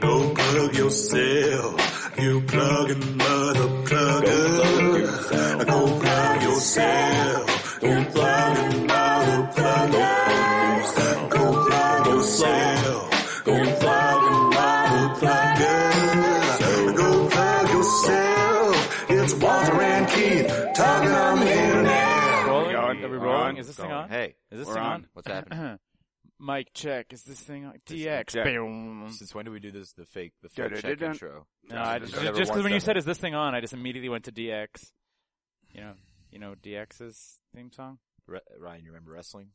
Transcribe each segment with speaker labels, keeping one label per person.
Speaker 1: Go plug yourself. You plugging mother plugger. Go plug yourself. You plugging mother plugger. Go plug yourself. You plugging mother plugger. Go plug yourself. It's Walter and Keith talking on the internet.
Speaker 2: Are
Speaker 3: Rolling?
Speaker 2: we on?
Speaker 3: Are we
Speaker 2: We're
Speaker 3: rolling?
Speaker 2: on.
Speaker 3: Is this
Speaker 2: Going.
Speaker 3: thing on?
Speaker 2: Hey,
Speaker 3: Is this
Speaker 2: we're
Speaker 3: thing
Speaker 2: on.
Speaker 3: on?
Speaker 2: What's happening?
Speaker 3: Mike, check. Is this thing on?
Speaker 2: This
Speaker 3: DX.
Speaker 2: thing- check.
Speaker 3: Boom.
Speaker 2: Since when do we do this? The fake, the fake
Speaker 1: Dun, dun,
Speaker 2: check
Speaker 1: dun, dun.
Speaker 2: intro.
Speaker 3: No, I
Speaker 2: This
Speaker 3: just
Speaker 2: is never
Speaker 3: because
Speaker 2: once
Speaker 3: when you
Speaker 2: done.
Speaker 3: said, "Is this thing on?" I just immediately went to DX. You know, you know DX's theme song.
Speaker 2: Re- Ryan, you remember wrestling?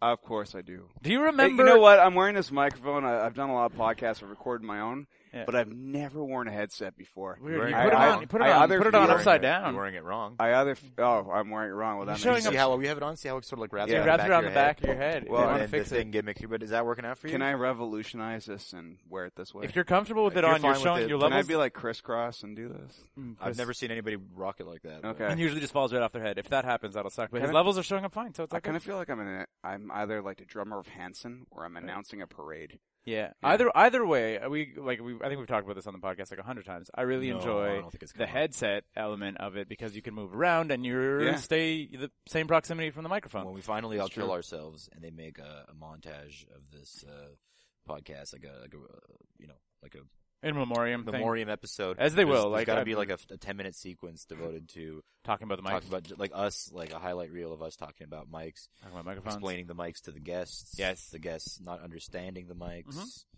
Speaker 4: Of course I do.
Speaker 3: Do you
Speaker 4: Hey,
Speaker 3: remember?
Speaker 4: you know what? I'm wearing this microphone. I, I've done a lot of podcasts. I've recorded my own,
Speaker 3: Yeah.
Speaker 4: but I've never worn a headset before.
Speaker 3: Weird. You
Speaker 2: Wearing
Speaker 3: put it
Speaker 2: it
Speaker 3: on.
Speaker 2: wrong.
Speaker 3: You put it
Speaker 4: I
Speaker 3: on.
Speaker 4: either
Speaker 3: put it on
Speaker 4: feel-
Speaker 3: upside
Speaker 2: You're
Speaker 3: down.
Speaker 2: wearing it wrong.
Speaker 4: I either f- oh, I'm wearing it wrong. Well, that
Speaker 3: You're
Speaker 4: makes
Speaker 3: showing
Speaker 2: See
Speaker 3: up-
Speaker 2: how you have it on? See how it sort of like wraps
Speaker 3: It
Speaker 2: around the
Speaker 3: wraps
Speaker 2: back
Speaker 3: around
Speaker 2: of
Speaker 3: the
Speaker 2: your
Speaker 3: back
Speaker 2: head?
Speaker 3: of your head.
Speaker 4: Well,
Speaker 3: they
Speaker 2: and
Speaker 3: want to
Speaker 2: then
Speaker 3: fix
Speaker 2: the
Speaker 3: it.
Speaker 2: thing gimmick you, but is that working out for you?
Speaker 4: Can I revolutionize this and wear it this way?
Speaker 3: If you're comfortable with it
Speaker 2: You're
Speaker 3: on, you're
Speaker 2: fine with
Speaker 3: showing
Speaker 2: it.
Speaker 3: your
Speaker 4: Can I
Speaker 3: levels.
Speaker 4: be like crisscross and do this?
Speaker 3: Mm,
Speaker 2: I've
Speaker 3: Chris.
Speaker 2: never seen anybody rock it like that. but-
Speaker 4: Okay.
Speaker 3: And usually just falls right off their head. If that happens, that'll suck. But
Speaker 4: Can
Speaker 3: his
Speaker 4: I-
Speaker 3: levels are showing up fine, so it's
Speaker 4: I
Speaker 2: Uh,
Speaker 3: okay.
Speaker 4: kind of feel like I'm in a, I'm either like the drummer of Hanson or I'm announcing a parade.
Speaker 3: Yeah. Either either way, we like we I think we've talked about this on the podcast like a hundred times. I really
Speaker 2: No, I
Speaker 3: enjoy
Speaker 2: don't think it's
Speaker 3: the
Speaker 2: come up.
Speaker 3: headset element of it because you can move around and you
Speaker 4: Yeah.
Speaker 3: stay the same proximity from the microphone.
Speaker 2: When we finally all
Speaker 4: It's true.
Speaker 2: kill ourselves and they make a, a montage of this uh, podcast, like a, like a uh, you know, like a
Speaker 3: In memoriam, thing,
Speaker 2: memoriam episode,
Speaker 3: As they
Speaker 2: there's-
Speaker 3: will,
Speaker 2: There's
Speaker 3: like,
Speaker 2: got to
Speaker 3: I've-
Speaker 2: be like a, a ten minute sequence devoted to
Speaker 3: talking about the mic,
Speaker 2: talking about j- like us, like a highlight reel of us talking about mics.
Speaker 3: talking about microphones.
Speaker 2: explaining the mics to the guests.
Speaker 3: Yes. Mm-hmm.
Speaker 2: the guests not understanding the mics,
Speaker 4: You all-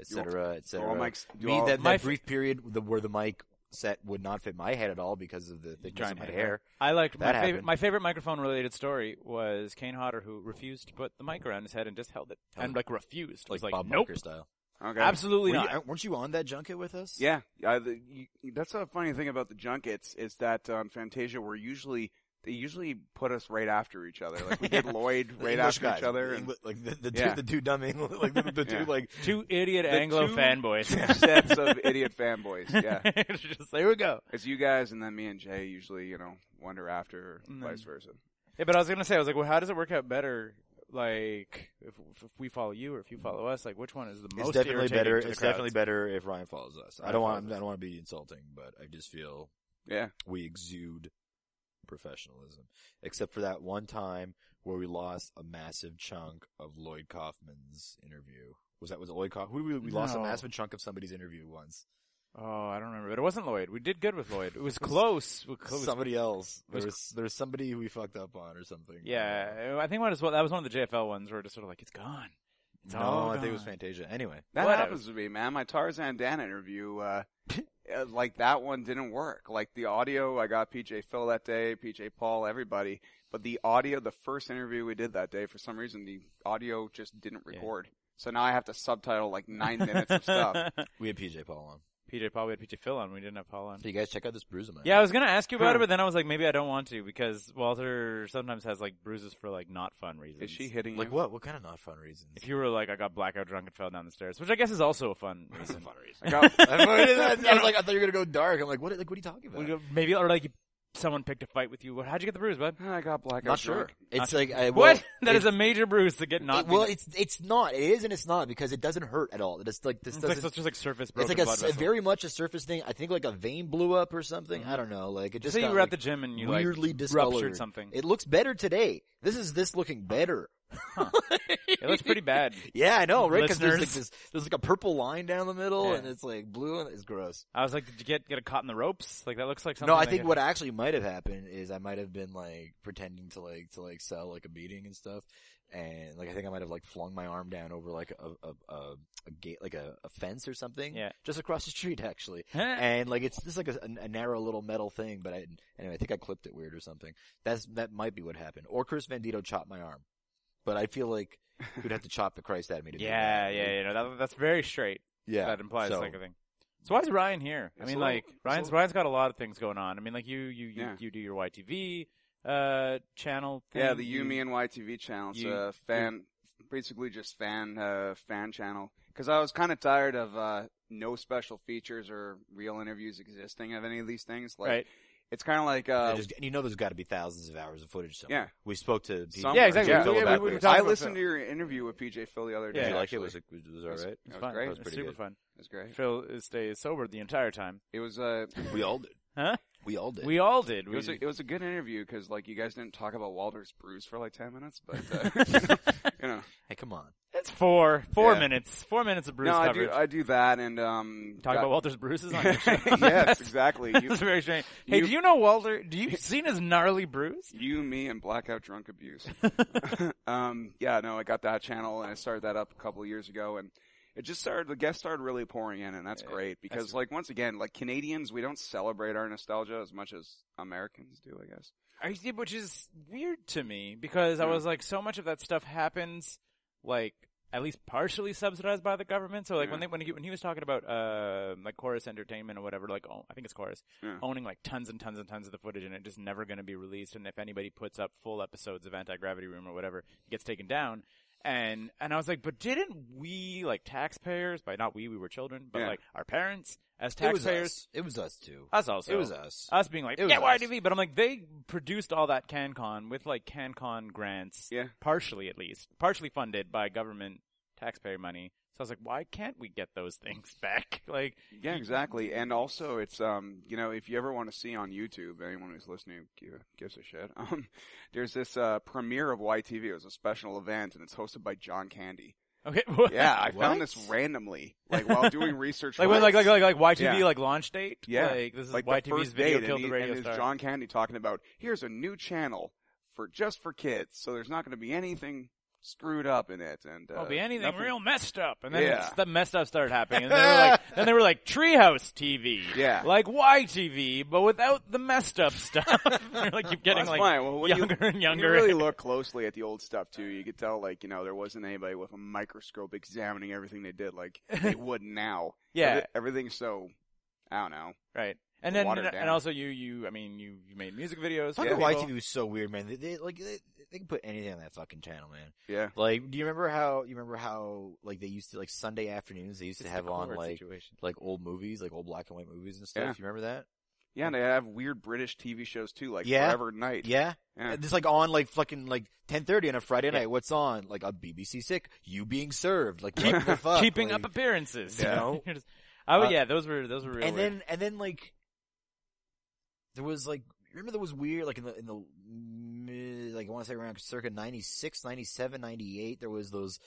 Speaker 2: etc., et
Speaker 4: Do
Speaker 2: cetera,
Speaker 4: all
Speaker 2: et
Speaker 4: mics,
Speaker 2: cetera.
Speaker 4: do
Speaker 2: Me,
Speaker 4: all,
Speaker 2: that,
Speaker 3: My
Speaker 2: that
Speaker 3: f-
Speaker 2: brief period the, where the mic set would not fit my head at all because of the thickness
Speaker 3: Giant
Speaker 2: of my
Speaker 3: head,
Speaker 2: hair.
Speaker 3: I liked my
Speaker 2: That
Speaker 3: favorite,
Speaker 2: happened.
Speaker 3: my favorite microphone related story was Kane Hodder who refused to put the mic around his head and just held it
Speaker 2: Held
Speaker 3: and
Speaker 2: it.
Speaker 3: like refused.
Speaker 2: Like,
Speaker 3: was like
Speaker 2: Bob
Speaker 3: nope,
Speaker 2: Barker style.
Speaker 4: okay.
Speaker 3: absolutely
Speaker 2: Were you,
Speaker 3: not.
Speaker 2: uh, weren't you on that junket with us?
Speaker 4: Yeah, I, the, you, that's a funny thing about the junkets is that on Fantasia we're usually they usually put us right after each other. Like we did Lloyd
Speaker 2: The
Speaker 4: right
Speaker 2: English
Speaker 4: after
Speaker 2: guys,
Speaker 4: each other.
Speaker 2: the
Speaker 4: and-
Speaker 2: Engli- like the, the,
Speaker 4: Yeah.
Speaker 2: two, the two dumb English, like the, the two
Speaker 4: Yeah.
Speaker 2: like
Speaker 3: Two idiot
Speaker 4: The
Speaker 3: Anglo
Speaker 4: two-
Speaker 3: fanboys.
Speaker 4: two sets of idiot fanboys. Yeah,
Speaker 3: just there we go.
Speaker 4: it's you guys and then me and Jay usually you know wonder after or vice versa.
Speaker 3: Yeah, but I was gonna say, I was like, well, how does it work out better? Like, if, if we follow you or if you follow us, like, which one is the most
Speaker 2: It's definitely
Speaker 3: irritating
Speaker 2: better.
Speaker 3: To the
Speaker 2: It's definitely
Speaker 3: crowds?
Speaker 2: better if Ryan follows us. I don't
Speaker 3: Ryan follows
Speaker 2: want. I
Speaker 3: us.
Speaker 2: don't want to be insulting, but I just feel
Speaker 4: Yeah,
Speaker 2: we exude professionalism, except for that one time where we lost a massive chunk of Lloyd Kaufman's interview. Was that was it Lloyd Kaufman? We, we, we lost a
Speaker 3: No.
Speaker 2: massive chunk of somebody's interview once.
Speaker 3: Oh, I don't remember, but it wasn't Lloyd. We did good with Lloyd. It was close. It was close.
Speaker 2: Somebody else. There
Speaker 3: was-
Speaker 2: was, there was somebody who we fucked up on or something.
Speaker 3: Yeah, I think one is well, that was one of the JFL ones where it's sort of like it's gone. It's
Speaker 2: No,
Speaker 3: all
Speaker 2: I think it was
Speaker 3: gone.
Speaker 2: Fantasia. Anyway,
Speaker 4: that
Speaker 3: Whatever.
Speaker 4: happens to me, man. My Tarzan Dan interview. uh uh, like that one didn't work. Like the audio, I got PJ Phil that day, PJ Paul, everybody. But the audio, the first interview we did that day, for some reason, the audio just didn't record. So now I have to subtitle like nine minutes of stuff.
Speaker 2: we had PJ Paul on.
Speaker 3: PJ Paul, we had PJ Phil on. We didn't have Paul on.
Speaker 2: So you guys check out this bruise of mine.
Speaker 3: Yeah, I was gonna ask you about it,
Speaker 4: Huh.
Speaker 3: but then I was like, maybe I don't want to because Walter sometimes has like bruises for like not fun reasons.
Speaker 4: Is she hitting
Speaker 2: like
Speaker 4: you?
Speaker 2: what? What kind of not fun reasons?
Speaker 3: If you were like, I got blackout drunk and fell down the stairs, which I guess is also a fun
Speaker 2: It's a
Speaker 3: reason.
Speaker 2: fun reason.
Speaker 4: I got,
Speaker 2: I was like, I thought you were gonna go dark. I'm like, what? Like, what are you talking about?
Speaker 3: Well, Maybe or like someone picked a fight with you. How'd you get the bruise, bud?
Speaker 4: I got blackout.
Speaker 2: Not sure.
Speaker 4: drunk.
Speaker 2: It's like I,
Speaker 3: What?
Speaker 2: well,
Speaker 3: That
Speaker 2: it-
Speaker 3: is a major bruise to get
Speaker 2: it-
Speaker 3: knocked.
Speaker 2: well, it's it's not. It is and it's not because it doesn't hurt at all. It's like this
Speaker 3: it's like,
Speaker 2: doesn't.
Speaker 3: so it's just like
Speaker 2: it's
Speaker 3: surface broken
Speaker 2: like a,
Speaker 3: blood
Speaker 2: s-
Speaker 3: vessel.
Speaker 2: very much a surface thing. I think like a vein blew up or something. I don't know. Like it just
Speaker 3: Say you
Speaker 2: got,
Speaker 3: were
Speaker 2: like,
Speaker 3: at the gym and you like
Speaker 2: weirdly discolored.
Speaker 3: ruptured something. It,
Speaker 2: It looks better today. This is this looking better.
Speaker 3: looks pretty bad.
Speaker 2: Yeah, I know, right? Because there's like
Speaker 3: Listeners.
Speaker 2: this, there's like a purple line down the middle,
Speaker 3: Yeah.
Speaker 2: and it's like blue, and it's gross.
Speaker 3: I was like, did you get get caught in the ropes? Like that looks like something.
Speaker 2: No, I
Speaker 3: that
Speaker 2: think
Speaker 3: could-
Speaker 2: what actually might have happened is I might have been like pretending to like to like sell like a beating and stuff, and like I think I might have like flung my arm down over like a a, a, a gate like a, a fence or something,
Speaker 3: Yeah.
Speaker 2: just across the street actually,
Speaker 3: Huh?
Speaker 2: and like it's just like a, a narrow little metal thing, but I anyway I think I clipped it weird or something. That's that might be what happened, or Chris Vendito chopped my arm, but I feel like you'd have to chop the Christ out of me to do
Speaker 3: Yeah,
Speaker 2: that.
Speaker 3: yeah, you know that, that's very straight.
Speaker 2: yeah.
Speaker 3: That implies
Speaker 2: so,
Speaker 3: like a thing. So why is Ryan here? I
Speaker 4: It's
Speaker 3: mean,
Speaker 4: a little-
Speaker 3: like
Speaker 4: it's a
Speaker 3: Ryan's
Speaker 4: little-
Speaker 3: Ryan's got a lot of things going on. I mean, like you you you,
Speaker 4: Yeah.
Speaker 3: you do your YTV uh channel. Thing.
Speaker 4: Yeah, the Yumi and YTV channel. It's
Speaker 3: you-
Speaker 4: a fan, basically just fan, uh, fan channel. Cause I was kind of tired of, uh, no special features or real interviews existing of any of these things. Like,
Speaker 3: right.
Speaker 4: it's kind of like,
Speaker 2: And
Speaker 4: uh,
Speaker 3: Um,
Speaker 2: there's- and you know, there's got to be thousands of hours of footage. Somewhere.
Speaker 4: Yeah.
Speaker 2: we spoke to PJ.
Speaker 4: Somewhere,
Speaker 3: Yeah, exactly.
Speaker 2: Phil
Speaker 3: Yeah, we-
Speaker 2: about
Speaker 3: we were
Speaker 2: this.
Speaker 3: talking
Speaker 4: I
Speaker 3: about
Speaker 4: listened
Speaker 3: Phil.
Speaker 4: to your interview with PJ Phil the other
Speaker 2: Did
Speaker 4: day.
Speaker 2: you like it?
Speaker 4: actually.
Speaker 2: Was it was, was all right?
Speaker 4: It
Speaker 3: It's
Speaker 4: was
Speaker 3: fun.
Speaker 4: great.
Speaker 2: was
Speaker 3: It's
Speaker 2: pretty
Speaker 3: super
Speaker 2: good.
Speaker 3: fun.
Speaker 4: It was great.
Speaker 3: Phil is- stays sober the entire time.
Speaker 4: It was, uh,
Speaker 2: We all did.
Speaker 3: Huh?
Speaker 2: We all did.
Speaker 3: We all did.
Speaker 4: it
Speaker 3: We
Speaker 4: was a, it was a good interview because like you guys didn't talk about Walter's bruise for like ten minutes, but uh, you know,
Speaker 2: hey, come on.
Speaker 3: it's four four
Speaker 4: Yeah.
Speaker 3: minutes. Four minutes of Bruce
Speaker 4: no, I
Speaker 3: coverage.
Speaker 4: do I do that and um
Speaker 3: Talk
Speaker 4: got-
Speaker 3: about Walter's bruises on your show.
Speaker 4: yes, exactly.
Speaker 3: That's
Speaker 4: You,
Speaker 3: very strange. Hey,
Speaker 4: you-
Speaker 3: do you know Walter? Do you seen his gnarly bruise?
Speaker 4: you, me, and blackout drunk abuse. um, yeah, no, I got that channel and I started that up a couple of years ago, and it just started. The guests started really pouring in, and that's
Speaker 3: Yeah,
Speaker 4: great because, like, once again, like Canadians, we don't celebrate our nostalgia as much as Americans do, I guess.
Speaker 3: I see, which is weird to me because I
Speaker 4: Yeah.
Speaker 3: was like, so much of that stuff happens, like at least partially subsidized by the government. So like when
Speaker 4: Yeah.
Speaker 3: they when he, when he was talking about uh like Chorus Entertainment or whatever, like oh, I think it's Chorus
Speaker 4: Yeah.
Speaker 3: owning like tons and tons and tons of the footage and it just never going to be released. And if anybody puts up full episodes of Anti Gravity Room or whatever, it gets taken down. And and I was like, but didn't we like taxpayers? By not we, we were children, but
Speaker 4: Yeah.
Speaker 3: like our parents as
Speaker 2: It was
Speaker 3: taxpayers,
Speaker 2: us. It was us too.
Speaker 3: us also,
Speaker 2: It was us.
Speaker 3: us being like,
Speaker 2: It was
Speaker 3: yeah,
Speaker 2: us.
Speaker 3: YTV. But I'm like, they produced all that CanCon with like CanCon grants,
Speaker 4: Yeah.
Speaker 3: partially at least, partially funded by government taxpayer money. So I was like, why can't we get those things back? Like,
Speaker 4: Yeah, exactly. And also, it's um, you know, if you ever want to see on YouTube, anyone who's listening who gi- gives a shit. Um, there's this uh premiere of YTV. It was a special event, and it's hosted by John Candy.
Speaker 3: okay,
Speaker 4: Yeah, I found
Speaker 2: What?
Speaker 4: this randomly, like while doing research.
Speaker 3: like,
Speaker 4: for
Speaker 3: when, like,
Speaker 4: this.
Speaker 3: like, like, like YTV,
Speaker 4: Yeah.
Speaker 3: like launch date.
Speaker 4: Yeah.
Speaker 3: like this is
Speaker 4: like the
Speaker 3: YTV's
Speaker 4: first
Speaker 3: video
Speaker 4: date,
Speaker 3: killed
Speaker 4: and,
Speaker 3: the
Speaker 4: he-
Speaker 3: radio
Speaker 4: and
Speaker 3: star.
Speaker 4: it's John Candy talking about here's a new channel for just for kids, so there's not going to be anything screwed up in it, and uh,
Speaker 3: Won't be anything
Speaker 4: nothing-
Speaker 3: real messed up, and then
Speaker 4: Yeah.
Speaker 3: it's- the messed up started happening, and they were like, then they were like Treehouse TV,
Speaker 4: Yeah.
Speaker 3: like YTV, but without the messed up stuff. You're like keep
Speaker 4: Well,
Speaker 3: getting
Speaker 4: that's
Speaker 3: like
Speaker 4: fine. Well, when you-
Speaker 3: younger and
Speaker 4: When
Speaker 3: younger.
Speaker 4: you really look closely at the old stuff too, you could tell like you know there wasn't anybody with a microscope examining everything they did like they would now.
Speaker 3: Yeah.
Speaker 4: Every- everything's so I don't know.
Speaker 3: Right. And
Speaker 4: The
Speaker 3: then,
Speaker 4: watered
Speaker 3: and,
Speaker 4: down.
Speaker 3: also you, you, I mean, you, you made music videos. for
Speaker 2: Fucking
Speaker 3: people.
Speaker 2: YTV was so weird, man. They, they like they, they can put anything on that fucking channel, man.
Speaker 4: Yeah,
Speaker 2: Like, do you remember how you remember how like they used to like Sunday afternoons they used to
Speaker 3: It's
Speaker 2: have
Speaker 3: the
Speaker 2: on
Speaker 3: Concord
Speaker 2: like
Speaker 3: situation.
Speaker 2: like old movies, like old black and white movies and stuff.
Speaker 4: Yeah.
Speaker 2: You remember that?
Speaker 4: yeah. And they have weird British TV shows too, like
Speaker 2: Yeah.
Speaker 4: Forever Night.
Speaker 2: Yeah.
Speaker 4: Yeah.
Speaker 2: It's like on like fucking like 10:30 on a Friday night. What's on? Like a BBC Sick. You being served. Like what the fuck?
Speaker 3: keeping
Speaker 2: Like-
Speaker 3: up appearances.
Speaker 2: Yeah.
Speaker 3: You know? You're just- oh
Speaker 2: Uh,
Speaker 3: yeah, those were those were really.
Speaker 2: and then and then like there was like remember there was weird like in the in the mid, like I want to say around circa 96, 97, 98 there was those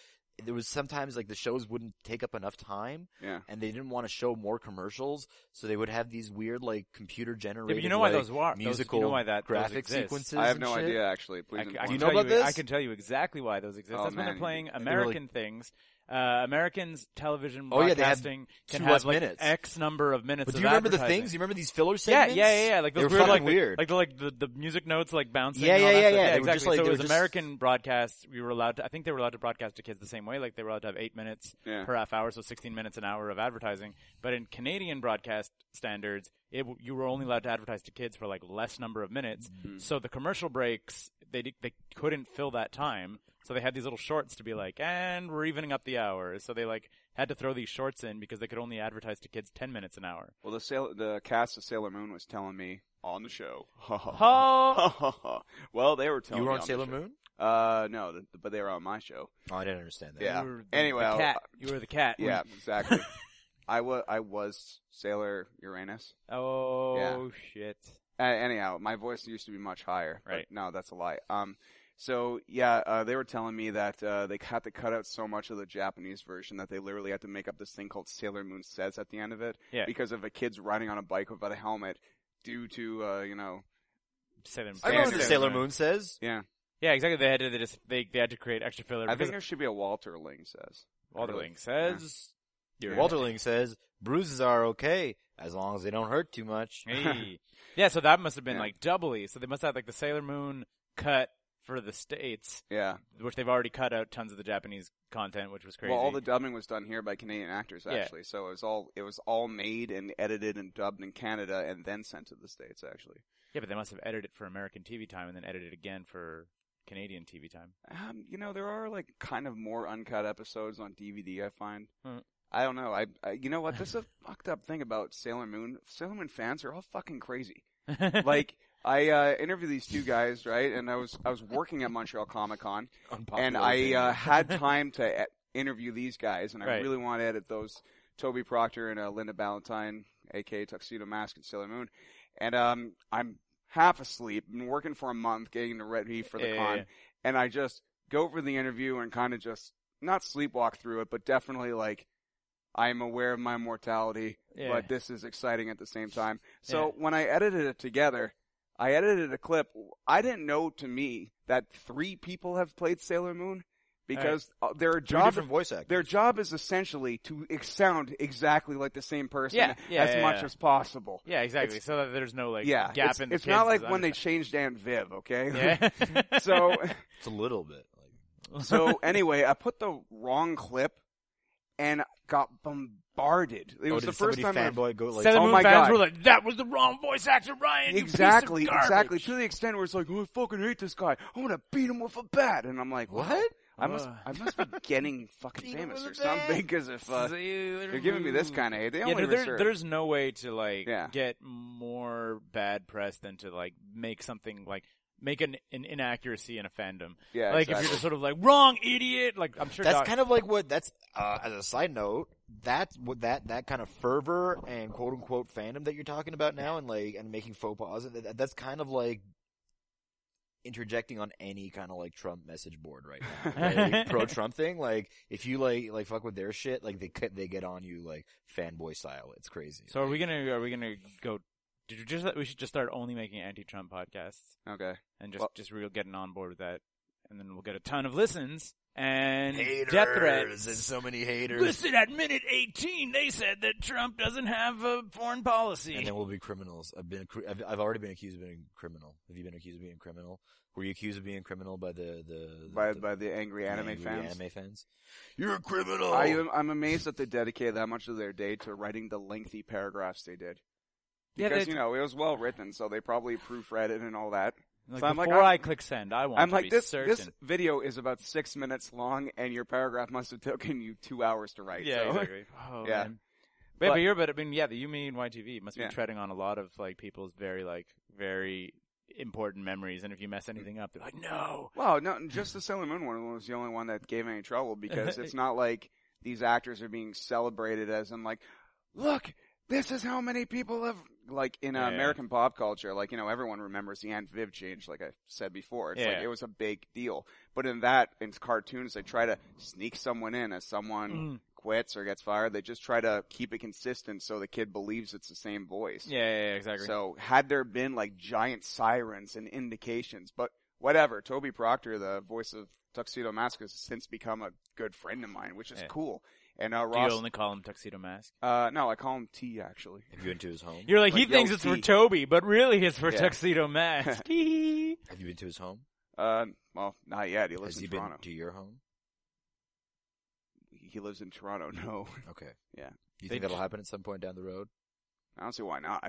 Speaker 2: there was sometimes like the shows wouldn't take up enough time
Speaker 4: Yeah.
Speaker 2: and they didn't want to show more commercials so they would have these weird like computer
Speaker 3: Yeah,
Speaker 2: generated
Speaker 3: but you know why
Speaker 2: like,
Speaker 3: those were
Speaker 2: musical
Speaker 3: those, you know why that those
Speaker 2: graphic
Speaker 3: exist.
Speaker 2: sequences
Speaker 4: I have
Speaker 2: and
Speaker 4: no
Speaker 2: shit.
Speaker 4: idea actually. Please
Speaker 3: I, c- I
Speaker 4: inform
Speaker 2: You
Speaker 3: can
Speaker 4: me.
Speaker 2: know
Speaker 3: tell
Speaker 2: about
Speaker 3: you, I
Speaker 2: this?
Speaker 3: can tell you exactly why those exist.
Speaker 4: Oh,
Speaker 3: That's when
Speaker 4: man.
Speaker 3: they're playing
Speaker 2: like-
Speaker 3: American things. Uh, Americans television
Speaker 2: Oh, yeah, they had
Speaker 3: broadcasting can
Speaker 2: two
Speaker 3: have
Speaker 2: less
Speaker 3: like
Speaker 2: minutes.
Speaker 3: X number of minutes.
Speaker 2: but do
Speaker 3: of
Speaker 2: you remember the
Speaker 3: advertising.
Speaker 2: things? Do you remember these filler
Speaker 3: Yeah,
Speaker 2: segments?
Speaker 3: yeah, yeah, yeah. Like
Speaker 2: They
Speaker 3: those
Speaker 2: were
Speaker 3: weird, like,
Speaker 2: fucking weird.
Speaker 3: like the like the, the music notes like bouncing.
Speaker 2: Yeah,
Speaker 3: and all
Speaker 2: yeah, yeah,
Speaker 3: that stuff.
Speaker 2: yeah. They were
Speaker 3: exactly.
Speaker 2: just like- they
Speaker 3: so it
Speaker 2: were
Speaker 3: was
Speaker 2: just-
Speaker 3: American broadcasts. We were allowed to. I think they were allowed to broadcast to kids the same way. Like they were allowed to have eight minutes
Speaker 4: Yeah.
Speaker 3: per half hour, so sixteen minutes an hour of advertising. But in Canadian broadcast standards, it w- you were only allowed to advertise to kids for like less number of minutes.
Speaker 2: Mm-hmm.
Speaker 3: So the commercial breaks, they di- they couldn't fill that time. So they had these little shorts to be like, and we're evening up the hours. So they like had to throw these shorts in because they could only advertise to kids ten minutes an hour.
Speaker 4: Well, the sail- the cast of Sailor Moon was telling me on the show.
Speaker 3: Oh,
Speaker 4: well, they were telling
Speaker 2: You were
Speaker 4: me
Speaker 2: on
Speaker 4: the
Speaker 2: Sailor
Speaker 4: show.
Speaker 2: Moon?
Speaker 4: Uh, no, th- but they were on my show.
Speaker 2: Oh, I didn't understand that.
Speaker 4: Yeah.
Speaker 3: You were the,
Speaker 4: Anyway,
Speaker 3: the
Speaker 4: I'll-
Speaker 3: cat. You were the cat.
Speaker 4: Yeah, exactly. I was I was Sailor Uranus.
Speaker 3: Oh shit.
Speaker 4: Uh, anyhow, my voice used to be much higher. but
Speaker 3: Right.
Speaker 4: No, that's a lie. Um, so yeah, uh, they were telling me that uh, they had to cut out so much of the Japanese version that they literally had to make up this thing called Sailor Moon Says at the end of it.
Speaker 3: Yeah.
Speaker 4: Because of a kid's riding on a bike without a helmet due to uh, you know
Speaker 3: Seven.
Speaker 2: I know what the
Speaker 4: Standard.
Speaker 2: Sailor Moon says.
Speaker 4: yeah.
Speaker 3: Yeah, exactly. They had to they just they, they had to create extra filler.
Speaker 4: I think
Speaker 3: because
Speaker 4: there should be a Walter Ling says.
Speaker 3: Walter
Speaker 4: really-
Speaker 3: Link says. you're-
Speaker 2: Walterling says bruises are okay as long as they don't hurt too much.
Speaker 3: Hey. yeah, so that must have been
Speaker 4: Yeah.
Speaker 3: like doubly. So they must have like the Sailor Moon cut for the states,
Speaker 4: Yeah.
Speaker 3: which they've already cut out tons of the Japanese content, which was crazy.
Speaker 4: Well, all the dubbing was done here by Canadian actors
Speaker 3: Yeah.
Speaker 4: actually, so it was all it was all made and edited and dubbed in Canada and then sent to the states actually.
Speaker 3: yeah, but they must have edited it for American TV time and then edited it again for Canadian TV time.
Speaker 4: Um, you know, there are like kind of more uncut episodes on DVD. I find.
Speaker 3: Hmm.
Speaker 4: I don't know. I, I you know what? This is a fucked up thing about Sailor Moon. Sailor Moon fans are all fucking crazy. like I uh, interviewed these two guys, right? And I was I was working at Montreal Comic Con, and I uh, had time to e- interview these guys, and I
Speaker 3: Right.
Speaker 4: really want to edit those Toby Proctor and uh, Linda Ballantyne, aka Tuxedo Mask and Sailor Moon. And um, I'm half asleep, been working for a month, getting ready for the
Speaker 3: Yeah, yeah,
Speaker 4: con,
Speaker 3: yeah.
Speaker 4: and I just go for the interview and kind of just not sleepwalk through it, but definitely like. I'm aware of my mortality,
Speaker 3: Yeah.
Speaker 4: but this is exciting at the same time. So when I edited it together, I edited a clip. I didn't know to me that three people have played Sailor Moon because uh, their
Speaker 2: Two
Speaker 4: job
Speaker 2: different voice actors.
Speaker 4: their job is essentially to ex- sound exactly like the same person
Speaker 3: Yeah, yeah,
Speaker 4: as
Speaker 3: yeah,
Speaker 4: much
Speaker 3: yeah.
Speaker 4: as possible.
Speaker 3: Yeah, exactly. so that there's no like
Speaker 4: yeah,
Speaker 3: gap
Speaker 4: it's,
Speaker 3: in the
Speaker 4: it's not like
Speaker 3: cadences,
Speaker 4: when they changed Aunt Viv, okay?
Speaker 3: understand. yeah.
Speaker 4: so
Speaker 2: It's a little bit. Like,
Speaker 4: so anyway, I put the wrong clip and got bombarded. It
Speaker 2: oh,
Speaker 4: was
Speaker 2: did
Speaker 4: the first time
Speaker 2: somebody
Speaker 4: I've-
Speaker 2: fanboy go like,
Speaker 3: Sailor
Speaker 4: oh
Speaker 3: Moon
Speaker 4: my
Speaker 3: fans
Speaker 4: God.
Speaker 3: were like, "That was the wrong voice actor, Ryan." you piece of
Speaker 4: Exactly,
Speaker 3: garbage."
Speaker 4: exactly. To the extent where it's like, oh, I fucking hate this guy. I'm gonna beat him with a bat, and I'm like,
Speaker 2: What?
Speaker 4: I must,
Speaker 3: Ugh.
Speaker 4: I must be getting fucking
Speaker 2: Beat him
Speaker 4: famous
Speaker 2: with
Speaker 4: or
Speaker 2: a bat.
Speaker 4: something. Because if uh, they're giving me this kind of hate, they
Speaker 3: yeah,
Speaker 4: only
Speaker 3: no, there-
Speaker 4: reserve.
Speaker 3: there's no way to like
Speaker 4: Yeah.
Speaker 3: get more bad press than to like make something like make an, an inaccuracy in a fandom.
Speaker 4: yeah,
Speaker 3: like if you're just sort of like wrong idiot, like I'm sure
Speaker 2: That's
Speaker 3: Doc-
Speaker 2: kind of like what that's uh, as a side note. That's what that that kind of fervor and quote unquote fandom that you're talking about now, and like and making faux pas. That, that's kind of like interjecting on any kind of like Trump message board right now, like, pro Trump thing. Like if you like like fuck with their shit, like they cut- they get on you like fanboy style. It's crazy.
Speaker 3: So are we gonna are we gonna go? Did you just we should just start only making anti-Trump podcasts
Speaker 4: okay.
Speaker 3: and just
Speaker 4: Well-
Speaker 3: just real getting on board with that, and then we'll get a ton of listens and death threats.
Speaker 2: and so many haters,
Speaker 3: Listen, at minute 18, they said that Trump doesn't have a foreign policy.
Speaker 2: and then we'll be criminals. I've been, accru- I've, I've already been accused of being a criminal. Have you been accused of being a criminal? Were you accused of being a criminal by the the
Speaker 4: By
Speaker 2: the,
Speaker 4: by the angry anime
Speaker 2: angry
Speaker 4: fans,
Speaker 2: anime fans. You're a criminal.
Speaker 4: I am, I'm amazed that they dedicated that much of their day to writing the lengthy paragraphs they did.
Speaker 3: Yeah,
Speaker 4: Because
Speaker 3: they-
Speaker 4: you know it was well written, so they probably proofread it and all that.
Speaker 3: Like,
Speaker 4: So I'm like,
Speaker 3: before
Speaker 4: I'm-
Speaker 3: I click send, I want
Speaker 4: I'm
Speaker 3: to
Speaker 4: like
Speaker 3: be
Speaker 4: this.
Speaker 3: certain.
Speaker 4: This video is about six minutes long, and your paragraph must have taken you two hours to write.
Speaker 3: yeah,
Speaker 4: so.
Speaker 3: exactly. Oh,
Speaker 4: Yeah.
Speaker 3: man. But, but
Speaker 4: But-
Speaker 3: you're, but I mean, yeah, the Yumi and YTV must be
Speaker 4: Yeah.
Speaker 3: treading on a lot of like people's very like very important memories, and if you mess anything up, they're like, no.
Speaker 4: Well, no, just the Sailor Moon one was the only one that gave any trouble because it's not like these actors are being celebrated as in like, look, this is how many people have like in uh,
Speaker 3: Yeah.
Speaker 4: American pop culture, like you know everyone remembers the Aunt Viv change, like I said before. It's like
Speaker 3: Yeah.
Speaker 4: it was a big deal, but in that in cartoons they try to sneak someone in as
Speaker 3: Mm.
Speaker 4: someone
Speaker 3: Mm-hmm.
Speaker 4: quits or gets fired. They just try to keep it consistent so the kid believes it's the same voice.
Speaker 3: Yeah, yeah, yeah, exactly.
Speaker 4: So had there been like giant sirens and indications, but whatever. Toby Proctor, the voice of Tuxedo Mask, has since become a good friend of mine, which is
Speaker 3: Yeah.
Speaker 4: cool. And uh,
Speaker 3: Do
Speaker 4: Ross,
Speaker 3: you only call him Tuxedo Mask?
Speaker 4: uh, no, I call him T actually.
Speaker 2: Have you been to his home?
Speaker 3: You're like,
Speaker 4: Like,
Speaker 3: he thinks
Speaker 4: yo,
Speaker 3: it's for
Speaker 4: T.
Speaker 3: Toby, but really it's for
Speaker 4: Yeah.
Speaker 3: Tuxedo Mask.
Speaker 2: Have you been to his home?
Speaker 4: Uh, well, not yet. He lives
Speaker 2: Has
Speaker 4: in
Speaker 2: he been
Speaker 4: Toronto.
Speaker 2: to your home?
Speaker 4: He lives in Toronto. No,
Speaker 2: Okay.
Speaker 4: Yeah.
Speaker 2: You
Speaker 3: They
Speaker 2: think that'll
Speaker 3: j-
Speaker 2: happen at some point down the road?
Speaker 4: I don't see why not.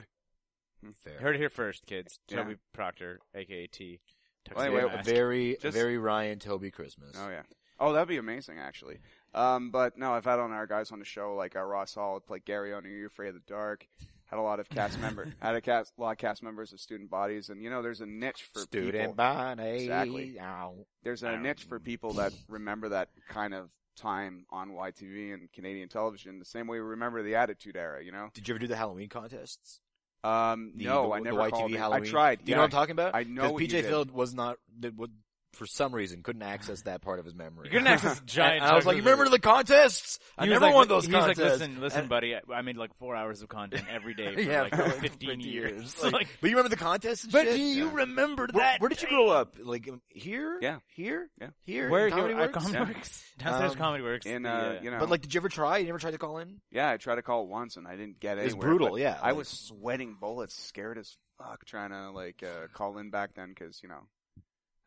Speaker 2: Fair.
Speaker 3: Heard it here first, kids.
Speaker 4: Yeah.
Speaker 3: Toby Proctor, aka T. Tuxedo
Speaker 4: Well, anyway,
Speaker 2: a
Speaker 3: Mask.
Speaker 2: very, a
Speaker 4: Just-
Speaker 2: very Ryan Toby Christmas.
Speaker 4: Oh yeah. Oh, that'd be amazing actually. Um, but no, I've had on our guys on the show like uh, Ross Hall, like Gary on Are You Afraid of the Dark. Had a lot of cast member, had a cast, lot of cast members of student bodies, and you know, there's a niche for people.
Speaker 2: Student body.
Speaker 4: Exactly.
Speaker 2: Ow.
Speaker 4: there's a niche for people that remember that kind of time on YTV and Canadian television, the same way we remember the Attitude Era. You know?
Speaker 2: Did you ever do the Halloween contests?
Speaker 4: Um,
Speaker 2: The-
Speaker 4: no,
Speaker 2: the-
Speaker 4: I
Speaker 2: the
Speaker 4: never
Speaker 2: YTV
Speaker 4: called. in.
Speaker 2: Halloween.
Speaker 4: I
Speaker 2: Do
Speaker 4: tried.
Speaker 2: you
Speaker 4: yeah,
Speaker 2: know what I'm talking about?
Speaker 4: I know
Speaker 2: 'Cause
Speaker 4: what you
Speaker 2: PJ
Speaker 4: did.
Speaker 2: Field was not, did, would, for some reason, couldn't access that part of his memory.
Speaker 3: You couldn't access giant.
Speaker 2: And I was like, you
Speaker 3: Tuxedo
Speaker 2: remember the contests? I
Speaker 3: He was
Speaker 2: never
Speaker 3: like-
Speaker 2: won those
Speaker 3: he was
Speaker 2: contests.
Speaker 3: like, listen, listen,
Speaker 2: And-
Speaker 3: buddy, I, I made like four hours of content every day for like
Speaker 2: for
Speaker 3: 15 years.
Speaker 2: Like,
Speaker 3: Like,
Speaker 2: but you remember the contest and
Speaker 3: but
Speaker 2: shit?
Speaker 3: do you
Speaker 2: Yeah.
Speaker 3: remember
Speaker 2: Where-
Speaker 3: that?
Speaker 2: Where, did you grow up? Like um, here?
Speaker 4: Yeah.
Speaker 2: Here?
Speaker 4: Yeah.
Speaker 2: Here?
Speaker 3: Where
Speaker 2: in Comedy
Speaker 3: you, uh,
Speaker 2: Works?
Speaker 3: Comedy
Speaker 4: Yeah.
Speaker 3: Works. Downstairs
Speaker 2: Um,
Speaker 3: Comedy Works.
Speaker 4: And
Speaker 3: the,
Speaker 4: uh,
Speaker 3: uh,
Speaker 4: you know,
Speaker 2: But like, did you ever try? You never tried to call in?
Speaker 4: yeah, I tried to call it once and I didn't get
Speaker 2: It was
Speaker 4: anywhere.
Speaker 2: brutal,
Speaker 4: but
Speaker 2: yeah,
Speaker 4: I
Speaker 2: like-
Speaker 4: was sweating bullets, scared as fuck, trying to like uh, call in back then because you know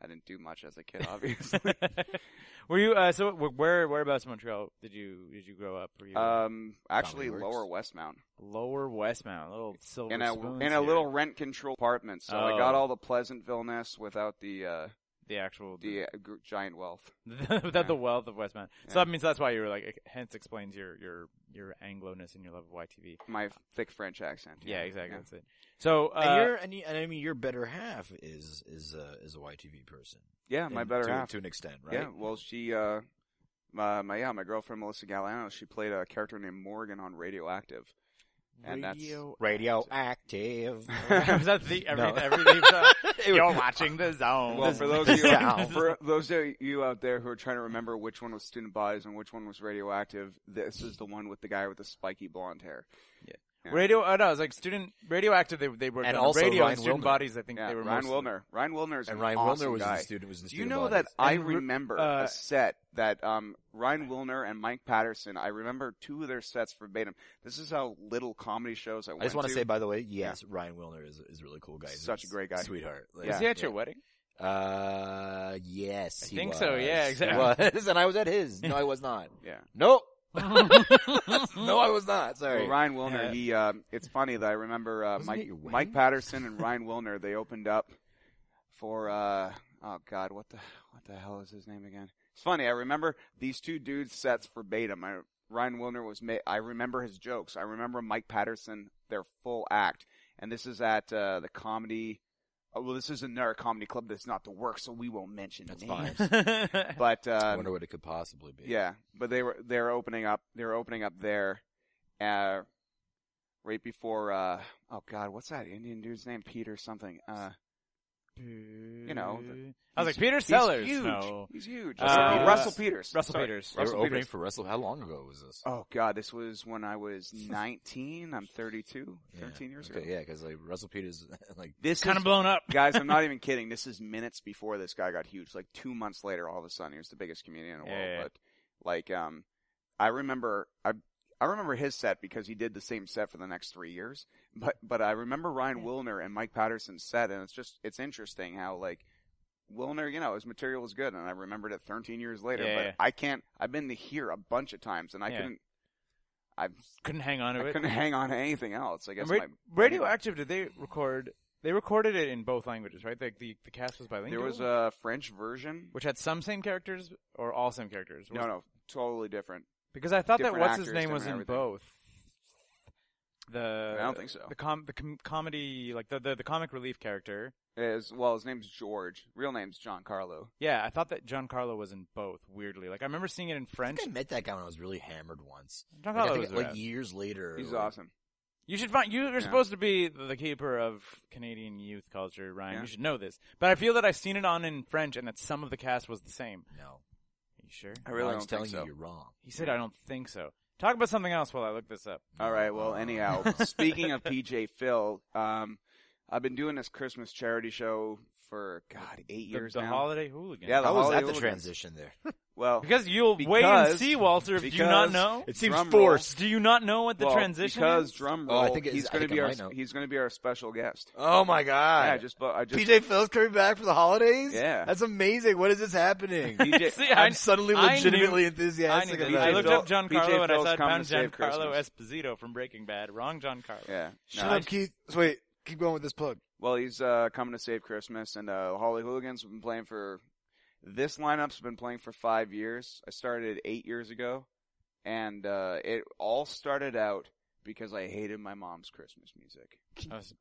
Speaker 4: I didn't do much as a kid, obviously.
Speaker 3: Were you uh, so wh- where whereabouts in Montreal did you did you grow up? Were you
Speaker 4: um, actually,
Speaker 2: works.
Speaker 4: Lower Westmount
Speaker 3: Lower Westmount, little silver
Speaker 4: Uh, in a
Speaker 3: spoons
Speaker 4: in
Speaker 3: here.
Speaker 4: a little rent control apartment. So I
Speaker 3: Oh.
Speaker 4: got all the Pleasantville ness without the uh,
Speaker 3: the actual
Speaker 4: the uh, gr- giant wealth.
Speaker 3: without
Speaker 4: yeah.
Speaker 3: the wealth of Westmount. So
Speaker 4: Yeah.
Speaker 3: that means that's why you were like hence explains your your your Anglo-ness and your love of YTV.
Speaker 4: My thick French accent.
Speaker 3: Yeah, exactly. That's it. So uh,
Speaker 2: and you're, and, you, and I mean, your better half is is uh, is a YTV person.
Speaker 4: Yeah, my
Speaker 2: And
Speaker 4: better
Speaker 2: to,
Speaker 4: half.
Speaker 2: to an extent, right?
Speaker 4: Yeah, well, she, uh, my, my, yeah, my girlfriend Melissa Galliano, she played a character named Morgan on Radioactive. And that's-
Speaker 3: Radio-
Speaker 2: Radioactive.
Speaker 3: was that the every,
Speaker 2: No.
Speaker 3: every leaf, uh, you're watching the zone.
Speaker 4: Well, for those of you,
Speaker 2: Yeah.
Speaker 4: for those of you out there who are trying to remember which one was student bodies and which one was radioactive, this is the one with the guy with the spiky blonde hair.
Speaker 3: radio, oh no, it was like student radioactive. They they were
Speaker 2: And
Speaker 3: on
Speaker 2: also
Speaker 3: radio
Speaker 2: Ryan
Speaker 3: and student
Speaker 2: Wilner.
Speaker 3: bodies. I think
Speaker 4: Yeah,
Speaker 3: they were
Speaker 4: Ryan
Speaker 3: mostly-
Speaker 4: Wilner. Ryan Wilner is
Speaker 2: and
Speaker 4: an
Speaker 2: Ryan
Speaker 4: awesome
Speaker 2: Wilner was
Speaker 4: guy.
Speaker 2: in the student. Was in the
Speaker 4: Do you
Speaker 2: student
Speaker 4: know
Speaker 2: bodies.
Speaker 4: that I
Speaker 3: And re-
Speaker 4: remember
Speaker 3: uh,
Speaker 4: a set that um, Ryan Wilner and Mike Patterson? I remember two of their sets verbatim. This is how little comedy shows I,
Speaker 2: I just
Speaker 4: want
Speaker 2: to say, by the way, yes, Ryan Wilner is is a really cool guy. He's
Speaker 4: Such a great guy.
Speaker 2: sweetheart. Like,
Speaker 3: Was he at your wedding?
Speaker 2: Uh, yes,
Speaker 3: I
Speaker 2: he
Speaker 3: think
Speaker 2: was.
Speaker 3: so, yeah,
Speaker 2: He
Speaker 3: exactly.
Speaker 2: was, and I was at his. No, I was not.
Speaker 4: Yeah.
Speaker 2: Nope. no, I was not. Sorry.
Speaker 4: Well, Ryan Wilner,
Speaker 3: Yeah.
Speaker 4: he. Um, it's funny that I remember uh,
Speaker 2: Wasn't
Speaker 4: Mike
Speaker 2: it your wedding?
Speaker 4: Mike Patterson and Ryan Wilner. They opened up for. Uh, oh God, what the what the hell is his name again? It's funny. I remember these two dudes sets verbatim. I, Ryan Wilner was. Ma- I remember his jokes. I remember Mike Patterson their full act. And this is at uh, the comedy. Oh, well, this isn't our comedy club. That's not the work, so we won't mention
Speaker 2: That's
Speaker 4: names.
Speaker 2: fine.
Speaker 4: But
Speaker 2: I
Speaker 4: uh,
Speaker 2: wonder what it could possibly be.
Speaker 4: yeah, but they were they were opening up they were opening up there, uh, right before uh oh god what's that Indian dude's name Peter something uh
Speaker 3: you
Speaker 4: know, the-
Speaker 3: I was like
Speaker 4: he's-
Speaker 3: Peter
Speaker 4: he's
Speaker 3: Sellers.
Speaker 4: huge
Speaker 3: No.
Speaker 4: he's huge
Speaker 3: Russell
Speaker 4: Uh,
Speaker 3: Peters.
Speaker 4: Russell Peters
Speaker 3: Russell
Speaker 4: Sorry,
Speaker 3: Peters.
Speaker 2: They were
Speaker 4: Russell
Speaker 2: opening
Speaker 4: Peters
Speaker 2: for Russell. Uh, How long ago was this?
Speaker 4: oh god this was when I was 19 I'm 32 13 years
Speaker 2: okay,
Speaker 4: ago
Speaker 2: Yeah, because like Russell Peters, like
Speaker 4: this
Speaker 3: Kind
Speaker 4: is-
Speaker 3: of blown up.
Speaker 4: guys I'm not even kidding this is minutes before this guy got huge like two months later all of a sudden he was the biggest comedian in the world
Speaker 3: Yeah.
Speaker 4: but like um I remember I I remember his set because he did the same set for the next three years. But but I remember Ryan Wilner and Mike Patterson's set, and it's just it's interesting how like Wilner, you know, his material was good, and I remembered it 13 years later.
Speaker 3: Yeah,
Speaker 4: but
Speaker 3: yeah.
Speaker 4: I can't. I've been to here a bunch of times, and I
Speaker 3: Yeah.
Speaker 4: couldn't. I
Speaker 3: Couldn't hang on to
Speaker 4: I
Speaker 3: it.
Speaker 4: couldn't hang on to anything else. I guess
Speaker 3: And ra-
Speaker 4: my,
Speaker 3: radioactive. Did they record? They recorded it in both languages, right? Like the the cast was bilingual.
Speaker 4: There was a French version.
Speaker 3: which had some same characters or all same characters.
Speaker 4: No,
Speaker 3: Was-
Speaker 4: no, totally different.
Speaker 3: Because I thought that
Speaker 4: Different
Speaker 3: what's his
Speaker 4: actors,
Speaker 3: name was in
Speaker 4: different everything.
Speaker 3: both. The
Speaker 4: I don't think so.
Speaker 3: The com the com- comedy like the, the the comic relief character.
Speaker 4: As well, his name's George. Real name's John Carlo.
Speaker 3: Yeah, I thought that John Carlo was in both. Weirdly, like I remember seeing it in
Speaker 2: I
Speaker 3: French.
Speaker 2: think I met that guy when I was really hammered once.
Speaker 3: John
Speaker 2: Like, I
Speaker 3: Carlo
Speaker 2: think,
Speaker 3: was
Speaker 2: like
Speaker 3: rad.
Speaker 2: years later.
Speaker 4: He's
Speaker 2: like,
Speaker 4: awesome.
Speaker 3: You should find you are
Speaker 4: Yeah.
Speaker 3: supposed to be the keeper of Canadian youth culture, Ryan.
Speaker 4: Yeah.
Speaker 3: You should know this. But I feel that I've seen it on in French and that some of the cast was the same.
Speaker 2: No,
Speaker 3: you sure?
Speaker 4: I really
Speaker 2: Ron's
Speaker 4: don't
Speaker 2: telling
Speaker 4: think
Speaker 2: you
Speaker 4: so.
Speaker 2: you're wrong.
Speaker 3: He said I don't think so. Talk about something else while I look this up.
Speaker 4: All right.
Speaker 2: Uh.
Speaker 4: Well, anyhow, speaking of PJ Phil, um, I've been doing this Christmas charity show for God eight
Speaker 3: The,
Speaker 4: years
Speaker 3: the
Speaker 4: now.
Speaker 3: holiday hooligan.
Speaker 4: Yeah, the
Speaker 2: I was
Speaker 4: Hollywood
Speaker 2: at the
Speaker 4: Hooligans.
Speaker 2: transition there.
Speaker 4: Well,
Speaker 3: Because you'll wait and
Speaker 4: Because-
Speaker 3: see, Walter. Do you not
Speaker 4: because-
Speaker 3: know?
Speaker 2: It seems
Speaker 4: Drum roll.
Speaker 2: forced.
Speaker 3: Do you not know what the
Speaker 4: well,
Speaker 3: transition
Speaker 4: because
Speaker 3: is?
Speaker 4: drum
Speaker 2: Oh,
Speaker 4: roll.
Speaker 2: I think it
Speaker 4: he's
Speaker 2: is- I
Speaker 4: going to
Speaker 2: think I
Speaker 4: be our
Speaker 2: might know.
Speaker 4: he's going to be our special guest.
Speaker 2: Oh my god!
Speaker 4: yeah, I just bu- I just
Speaker 2: PJ Phil's coming back for the holidays.
Speaker 4: Yeah.
Speaker 2: that's amazing. What is this happening?
Speaker 4: PJ
Speaker 3: See,
Speaker 2: I'm
Speaker 3: I-
Speaker 2: suddenly
Speaker 3: I knew-
Speaker 2: legitimately
Speaker 3: I,
Speaker 2: enthusiastic.
Speaker 3: knew that.
Speaker 2: about
Speaker 3: I
Speaker 2: it.
Speaker 3: looked
Speaker 4: Phil-
Speaker 3: up John
Speaker 4: PJ
Speaker 3: Carlo and I
Speaker 4: Phil's
Speaker 3: saw it
Speaker 4: come
Speaker 3: found
Speaker 4: to
Speaker 3: John
Speaker 4: save
Speaker 3: Carlo
Speaker 4: Christmas.
Speaker 3: Esposito from Breaking Bad. Wrong John Carlo.
Speaker 4: yeah.
Speaker 2: Shut
Speaker 4: No,
Speaker 2: up, Keith. So wait, keep going with this plug.
Speaker 4: Well, he's uh, coming to save Christmas, and uh, Holly Hooligans have been playing for this lineup's been playing for five years. I started eight years ago, and uh, it all started out because I hated my mom's Christmas music.
Speaker 3: I was-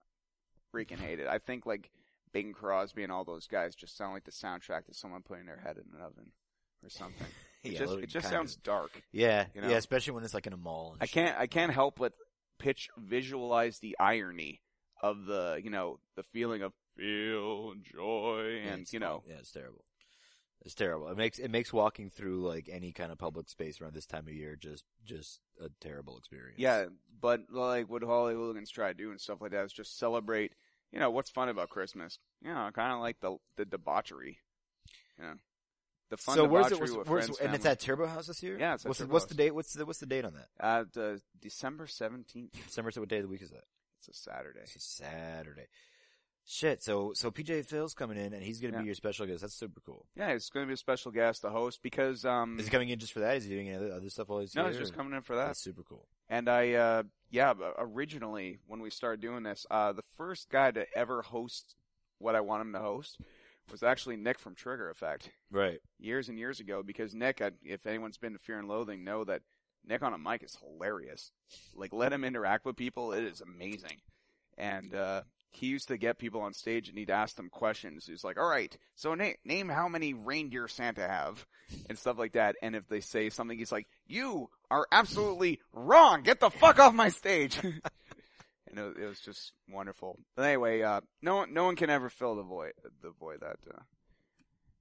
Speaker 4: Freaking hated. I think like Bing Crosby and all those guys just sound like the soundtrack to someone putting their head in an oven or something. It just it just sounds dark.
Speaker 2: Yeah,
Speaker 4: you know?
Speaker 2: yeah, especially when it's like in a mall. And
Speaker 4: I
Speaker 2: shit.
Speaker 4: can't I can't help but pitch visualize the irony of the you know the feeling of feel joy
Speaker 2: Yeah,
Speaker 4: and
Speaker 2: it's
Speaker 4: you know
Speaker 2: Yeah, it's terrible. It's terrible. It makes it makes walking through like any kind of public space around this time of year just just a terrible experience.
Speaker 4: Yeah, but like what Holly Hooligans try to do and stuff like that is just celebrate. You know what's fun about Christmas? You know, kind of like the the debauchery. You know, the fun
Speaker 2: so where's
Speaker 4: debauchery
Speaker 2: it? Where's,
Speaker 4: with
Speaker 2: where's,
Speaker 4: friends,
Speaker 2: and it's
Speaker 4: family.
Speaker 2: at Turbo House this year.
Speaker 4: Yeah, it's at
Speaker 2: what's the,
Speaker 4: Turbo
Speaker 2: what's
Speaker 4: House.
Speaker 2: the date? What's the what's the date on that?
Speaker 4: uh, the December seventeenth.
Speaker 2: December. so What day of the week is that?
Speaker 4: It's a Saturday.
Speaker 2: It's a Saturday. Shit. So so PJ Phil's coming in and he's gonna
Speaker 4: Yeah.
Speaker 2: be your special guest. That's super cool.
Speaker 4: Yeah, it's going to be a special guest, the host, because um,
Speaker 3: Mm.
Speaker 2: Is he coming in just for that? Is he doing other, other stuff while he's
Speaker 4: no,
Speaker 2: here?
Speaker 4: he's just
Speaker 2: or-
Speaker 4: coming in for that.
Speaker 2: That's super cool.
Speaker 4: And I, uh, yeah, but originally when we started doing this, uh, the first guy to ever host what I want him to host was actually Nick from Trigger Effect
Speaker 2: Right.
Speaker 4: years and years ago. Because Nick, I, if anyone's been to Fear and Loathing, know that Nick on a mic is hilarious. Like, let him interact with people; it is amazing. And uh, he used to get people on stage, and he'd ask them questions. He's like, "All right, so na- name how many reindeer Santa have." and stuff like that. And if they say something, he's like, "You are absolutely wrong. Get the fuck off my stage." and it, was- it was just wonderful. But anyway, uh, no one, no one can ever fill the void, the void that uh,